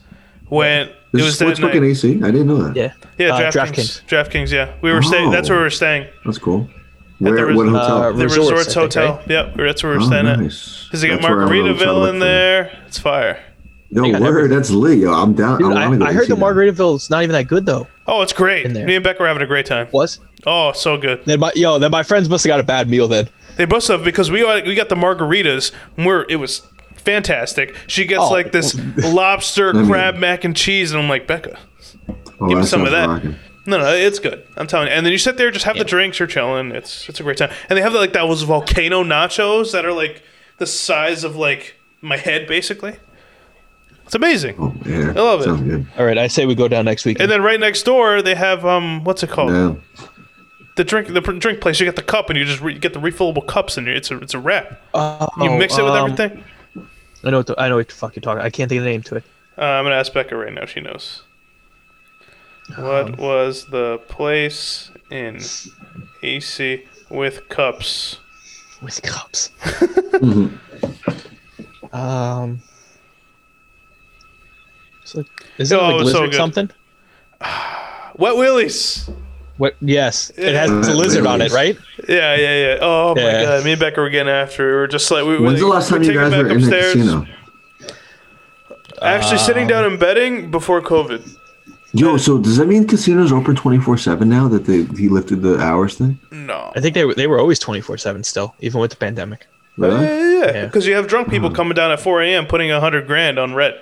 S1: when it
S3: There's
S1: was
S3: a
S1: that
S3: sportsbook in
S1: night.
S3: AC. I didn't know that.
S2: Yeah.
S1: Yeah,
S2: uh,
S1: DraftKings. DraftKings. Yeah, we were staying. That's
S3: Oh.
S1: where we were staying.
S3: That's cool. Where?
S1: res-
S3: what
S1: uh,
S3: hotel?
S2: Uh,
S1: The
S2: Resorts,
S1: Resorts,
S2: I think,
S1: Hotel.
S2: right?
S1: Yep, that's where we were
S3: oh,
S1: staying at.
S3: nice.
S1: Because they got
S3: That's where I'm really trying to
S1: Margaritaville
S3: look
S1: in
S3: for-
S1: there. It's fire.
S3: No,
S2: got
S3: word.
S2: everything.
S3: That's lit. Yo, I'm down.
S2: Dude,
S3: I,
S2: I,
S3: wanna Oh, go
S2: I
S3: to
S2: heard the
S3: see that.
S2: Margaritaville's not even that good though.
S1: Oh, it's great.
S2: In there.
S1: Me and Beck were having a great time.
S2: Was
S1: Oh, so good.
S2: then my yo then my friends must have got a bad meal then.
S1: They bust up because we got- we got the margaritas. And we're it was fantastic. She gets
S2: Oh.
S1: like this lobster
S3: mean-
S1: crab mac and cheese, and I'm like Becca,
S3: Oh,
S1: give me
S3: that
S1: some of
S3: sounds
S1: that.
S3: rocking.
S1: No, no, it's good. I'm telling you. And then you sit there, just have the drinks, you're chilling. It's it's a great time. And they have like that was volcano nachos that are like the size of like my head basically. It's amazing.
S3: Oh, yeah. I
S1: love it.
S3: Sounds good.
S2: All right, I say we go down next week.
S1: And then right next door they have um what's it called
S3: Yeah.
S1: the drink the pr- drink place. You get the cup and you just re- you get the refillable cups and it's a it's a wrap. You mix it with everything.
S2: Oh, um, I know. What the, I know what the fuck you're talking. I can't think of the name to it.
S1: Uh, I'm gonna ask Becca right now. She knows.
S3: Um,
S1: What was the place in AC with cups?
S2: with <laughs> cups. Mm-hmm. um, it's like, is it
S1: Oh, it
S2: like
S1: was so
S2: lizard
S1: good.
S2: something?
S1: Wet Willie's.
S2: What? Yes, it has
S3: Yeah.
S2: a lizard on it, right?
S1: Yeah, yeah, yeah. Oh my
S2: Yeah.
S1: god, me and Becca were getting after. it. We were just like, we,
S3: When's
S1: we,
S3: the last
S1: we
S3: time you
S1: take it
S3: guys
S1: back
S3: were in the casino?
S1: Actually, sitting down and betting before COVID.
S3: Yo, so does that mean casinos are open twenty four seven now that they he lifted the hours thing?
S1: No,
S2: I think they were they were always twenty four seven still, even with the pandemic.
S3: Really? Hmm.
S1: Yeah, yeah, yeah.
S2: Yeah.
S1: Because you have drunk people coming down at 4 a.m. putting a hundred grand on red.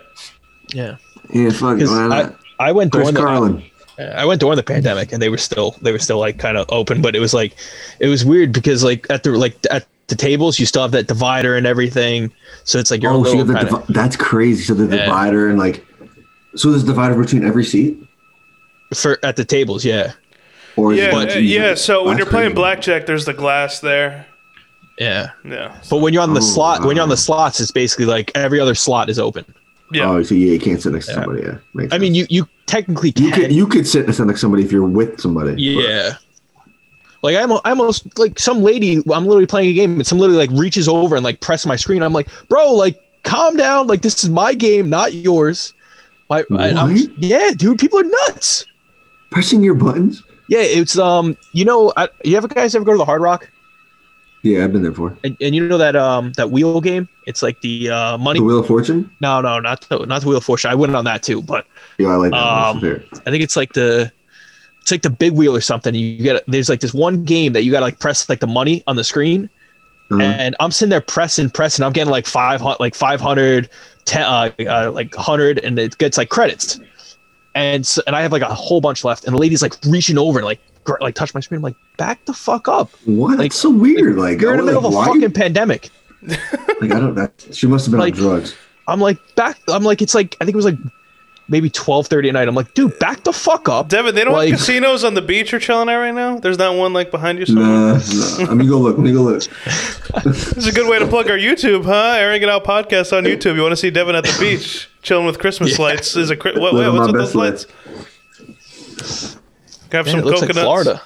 S2: Yeah.
S3: Yeah, fuck.
S2: Because
S3: Why
S2: I,
S3: not?
S2: I went
S3: Chris
S2: during the,
S3: Carlin.
S2: I went during the pandemic and they were still they were still like kind of open, but it was like it was weird because like at the like at the tables you still have that divider and everything, so it's like you're a
S3: Oh, so you
S2: little
S3: have the
S2: kinda-
S3: divi- that's crazy. So the
S2: Yeah.
S3: divider and like, so there's a divider between every seat,
S2: for at the tables. Yeah,
S3: or is it
S1: Yeah,
S3: like-
S1: uh, yeah. So when
S3: That's
S1: you're playing
S3: crazy.
S1: blackjack, there's the glass there.
S2: yeah.
S1: Yeah,
S2: But when you're on the
S3: Oh,
S2: slot, when you're on
S3: wow.
S2: the slots, it's basically like every other slot is open.
S1: yeah.
S3: Oh, so yeah, you can't sit next to
S2: Yeah.
S3: somebody. Yeah, Makes
S2: I
S3: sense.
S2: mean, you you technically can.
S3: you could you could sit next to somebody if you're with somebody. but-
S2: yeah. Like I'm, I almost like some lady. I'm literally playing a game, and some lady like reaches over and like press my screen. I'm like, bro, like calm down. Like this is my game, not yours. Why? I- I'm-
S3: What?
S2: yeah, dude, people are nuts.
S3: pressing your buttons.
S2: Yeah, it's um, you know, I, you ever guys ever go to the Hard Rock
S3: Yeah, I've been there before.
S2: and, and you know that um that wheel game? It's like the uh money.
S3: The Wheel of Fortune.
S2: No, no, not the not the wheel of fortune. I went on that too, but
S3: Yeah, I like that.
S2: Um,
S3: one. That's fair.
S2: I think it's like the it's like the big wheel or something. You get there's like this one game that you gotta like press like the money on the screen,
S3: Uh-huh.
S2: and I'm sitting there pressing, pressing. I'm getting like five hundred, like five hundred, ten, uh, uh, like hundred, and it gets like credits, and so, and I have like a whole bunch left, and the lady's like reaching over and like gr- like touch my screen. I'm like, back the fuck up.
S3: Um, What?
S2: like-
S3: That's so weird. Like,
S2: You're in
S3: I
S2: the middle
S3: was
S2: of a
S3: like, why-
S2: fucking pandemic.
S3: Like, I don't. That she must have been
S2: Like-
S3: on
S2: <laughs>
S3: drugs.
S2: I'm like back. I'm like it's like I think it was like maybe twelve thirty at night. I'm like, dude, back the fuck up.
S1: Devin, they don't
S2: Like-
S1: have casinos on the beach you're chilling at right now. There's not one like behind you somewhere.
S3: Nah, nah.
S2: <laughs>
S3: Let me go look. Let me go look.
S1: This is a good way to plug our YouTube, huh? Airing it out podcast on YouTube. You want to see Devin at the beach chilling with Christmas lights? Is a cri- what,
S3: Living
S1: wait, what's
S3: my
S1: with
S3: best
S1: those lights? Have
S2: Man,
S1: some
S2: it looks
S1: coconuts.
S2: like Florida.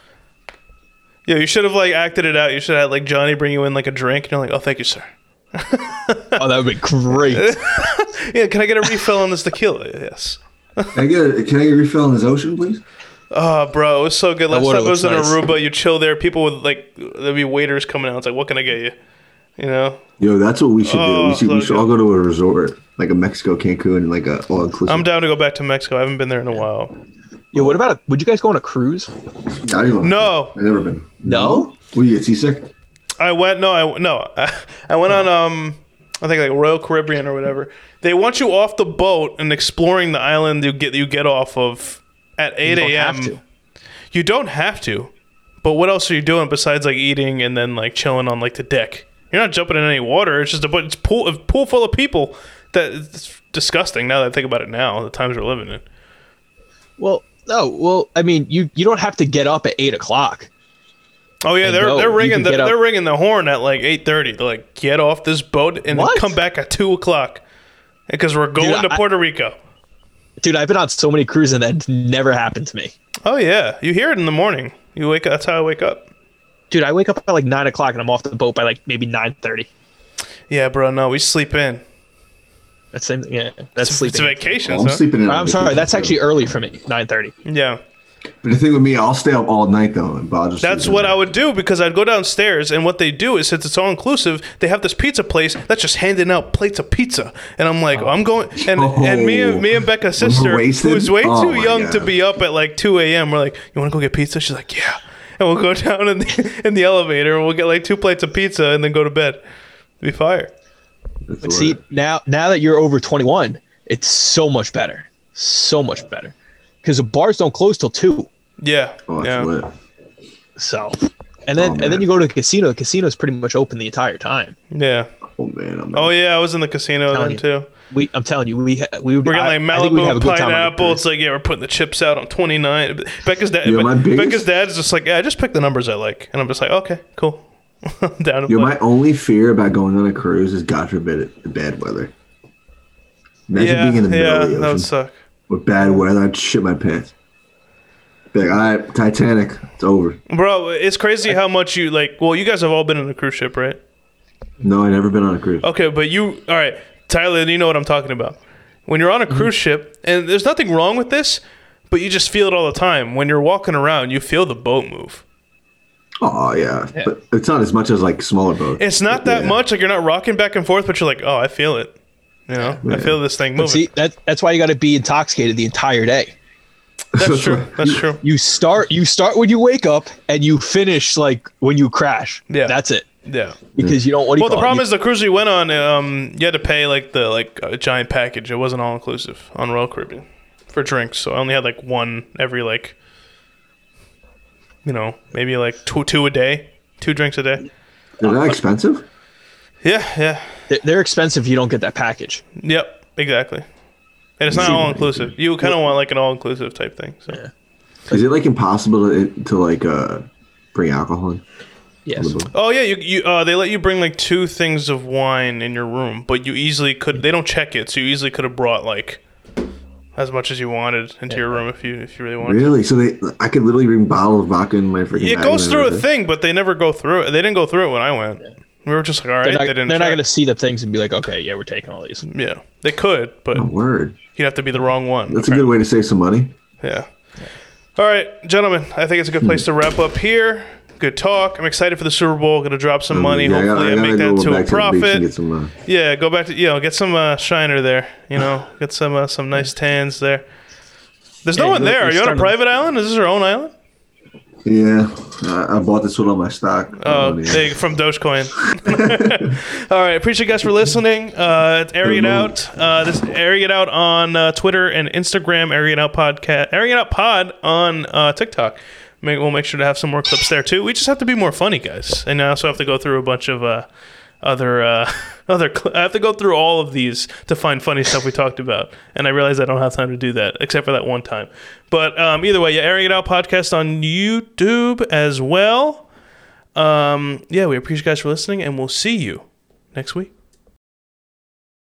S1: Yeah, you should have like acted it out. You should have had, like Johnny bring you in like a drink, and you're like, "Oh, thank you, sir."
S2: Oh, that would be great.
S1: Yeah, can I get a refill on this tequila? Yes.
S3: Can I get a, can I get a refill in this ocean, please?
S1: Oh, bro, it was so good. Last
S2: water
S1: time I was in
S2: looks nice.
S1: Aruba, you chill there. People would like there'd be waiters coming out. It's like, "What can I get you?" You know.
S3: Yo, that's what we should do.
S1: Oh,
S3: We should, we
S1: look
S3: should all go to a resort, like a Mexico Cancun, and like a all inclusive.
S1: I'm down to go back to Mexico. I haven't been there in a while.
S2: Yo, what about a, would you guys go on a cruise?
S1: No.
S3: I've never been.
S2: No?
S3: Will you get seasick?
S1: I went no, I no, <laughs> I, I went on um, I think like Royal Caribbean or whatever. They want you off the boat and exploring the island you get you get off of at eight
S2: don't have
S1: a.m.
S2: to.
S1: You don't have to, but what else are you doing besides like eating and then like chilling on like the deck? You're not jumping in any water. It's just a bu- it's pool a pool full of people. That it's disgusting. Now that I think about it, now the times we're living in.
S2: Well, no. Well, I mean, you you don't have to get up at eight o'clock.
S1: Oh yeah,
S2: And
S1: they're
S2: go.
S1: they're
S2: You
S1: ringing
S2: can
S1: the,
S2: get up-
S1: they're ringing the horn at like eight thirty. They're like, get off this boat and then
S2: What?
S1: come back at two o'clock, because we're going to
S2: I-
S1: Puerto Rico.
S2: Dude, I've been on so many cruises and that never happened to me.
S1: Oh yeah, you hear it in the morning. You wake up. That's how I wake up.
S2: Dude, I wake up at like nine o'clock and I'm off the boat by like maybe nine thirty.
S1: Yeah, bro. No, we sleep in.
S2: That's same. Yeah,
S1: It's,
S2: that's
S1: it's
S2: sleeping.
S1: vacations.
S3: I'm
S1: huh?
S3: sleeping in.
S2: I'm sorry, that's actually early for me. Nine thirty.
S1: Yeah,
S3: But the thing with me, I'll stay up all night though, and I'll just.
S1: that's
S3: sleep in.
S1: what I would do because I'd go downstairs and what they do is since it's all inclusive, they have this pizza place that's just handing out plates of pizza, and I'm like, I'm going and and me and me and Becca's
S3: <laughs> When we're
S1: sister,
S3: wasted?
S1: who is way
S3: Oh
S1: too
S3: my
S1: young to
S3: God.
S1: be up at like 2 a.m. We're like, you want to go get pizza? She's like, yeah. And we'll go <laughs> down in the, in the elevator and we'll get like two plates of pizza and then go to bed. Be fire.
S3: That's
S2: But
S3: the
S2: see,
S3: word.
S2: now now that you're over twenty one, it's so much better. So much better. Because the bars don't close till two.
S1: Yeah.
S3: Oh, that's
S1: yeah.
S3: lit.
S2: So and then
S3: Oh,
S2: and then
S3: man.
S2: you go to the casino, the casino's pretty much open the entire time.
S1: Yeah.
S3: Oh man, I'm
S1: Oh, yeah. I was in the casino then
S2: Telling
S1: too.
S2: We I'm telling you, we ha- we would
S1: We're getting
S2: I-
S1: like
S2: I think we'd have a
S1: Malibu
S2: good time on the
S1: pineapple.
S2: cruise.
S1: It's like, yeah, we're putting the chips out on 29. Becca's dad,
S3: Yo, my biggest-
S1: Becca's dad's just like, yeah, I just pick the numbers I like. And I'm just like, okay, cool. <laughs> I'm down to
S3: Yo,
S1: play.
S3: my only fear about going on a cruise is God forbid it, bad weather. Imagine
S1: yeah,
S3: being in the middle
S1: yeah,
S3: of the
S1: that would
S3: ocean
S1: suck.
S3: with bad weather. I'd shit my pants. Be like, all right, Titanic, it's over.
S1: Bro, it's crazy how much you like. Well, you guys have all been in a cruise ship, right?
S3: No, I've never been on a cruise.
S1: Okay, but you, all right, Tyler, you know what I'm talking about. When you're
S2: Mm-hmm.
S1: on a cruise ship, and there's nothing wrong with this, but you just feel it all the time. When you're walking around, you feel the boat move.
S3: Oh yeah. but it's not as much as like smaller boats.
S1: It's not that
S3: Yeah.
S1: much. Like you're not rocking back and forth, but you're like, oh, I feel it. You know, I feel this thing moving.
S2: See, that that's why you got to be intoxicated the entire day.
S1: That's true. That's true.
S2: You start you start when you wake up and you finish like when you crash.
S1: Yeah.
S2: That's it.
S1: Yeah.
S2: because you don't. What do you
S1: Well, the
S2: call it?
S1: problem
S2: You-
S1: is the cruise you went on, um, you had to pay like the like a giant package. It wasn't all inclusive on Royal Caribbean for drinks, so I only had like one every like, you know, maybe like two two a day, two drinks a day.
S3: Is that expensive?
S1: Yeah, yeah,
S2: they're- they're expensive. You don't get that package.
S1: yep, exactly. And it's not all inclusive. You kind of want like an all inclusive type thing. So
S3: Is it like impossible to, to like uh bring alcohol in?
S2: Yes.
S1: oh yeah, you, you uh, they let you bring like two things of wine in your room, but you easily could. They don't check it, so you easily could have brought like. As much as you wanted into your room, if you if you really wanted. to.
S3: Really? So they, I could literally bring a bottle of vodka in my freaking.
S1: It
S3: bag
S1: goes
S3: and
S1: through a
S3: everything.
S1: thing, but they never go through it. They didn't go through it when I went. We were just like, all right,
S2: They're not,
S1: they didn't.
S2: they're not
S1: check.
S2: going to see the things and be like, okay, yeah, we're taking all these.
S1: Yeah, they could, but
S3: Oh, word.
S1: you'd have to be the wrong one.
S3: That's a good way to save some money.
S1: Yeah. All right, gentlemen. I think it's a good place to wrap up here. Good talk. I'm excited for the Super Bowl. Going to drop some money.
S3: Oh, Yeah,
S1: Hopefully, I,
S3: gotta
S1: make
S3: go
S1: that to a
S3: back the beach and
S1: profit.
S3: get some, uh,
S1: yeah, go back to you know get some uh, shiner there. You know, get some uh, some nice tans there. There's no
S2: Yeah,
S1: one
S2: you're-
S1: there. Are
S2: you're
S1: you on a
S2: starting to-
S1: private island? Is this your own island?
S3: yeah, I, I bought this one on my stock. uh,
S1: Oh,
S3: yeah.
S1: they, from Dogecoin. All right, appreciate you guys for listening. Uh, it's airing it out. Uh, this airing it out on uh, Twitter and Instagram. Airing it out podcast. Airing it out pod on uh, TikTok. Make, we'll make sure to have some more clips there too. We just have to be more funny, guys, and I also have to go through a bunch of uh, other uh, <laughs> other. Cl- I have to go through all of these to find funny stuff we talked about, and I realize I don't have time to do that except for that one time. But um, either way, yeah, airing it out podcast on YouTube as well. Um, yeah, we appreciate you guys for listening, and we'll see you next week.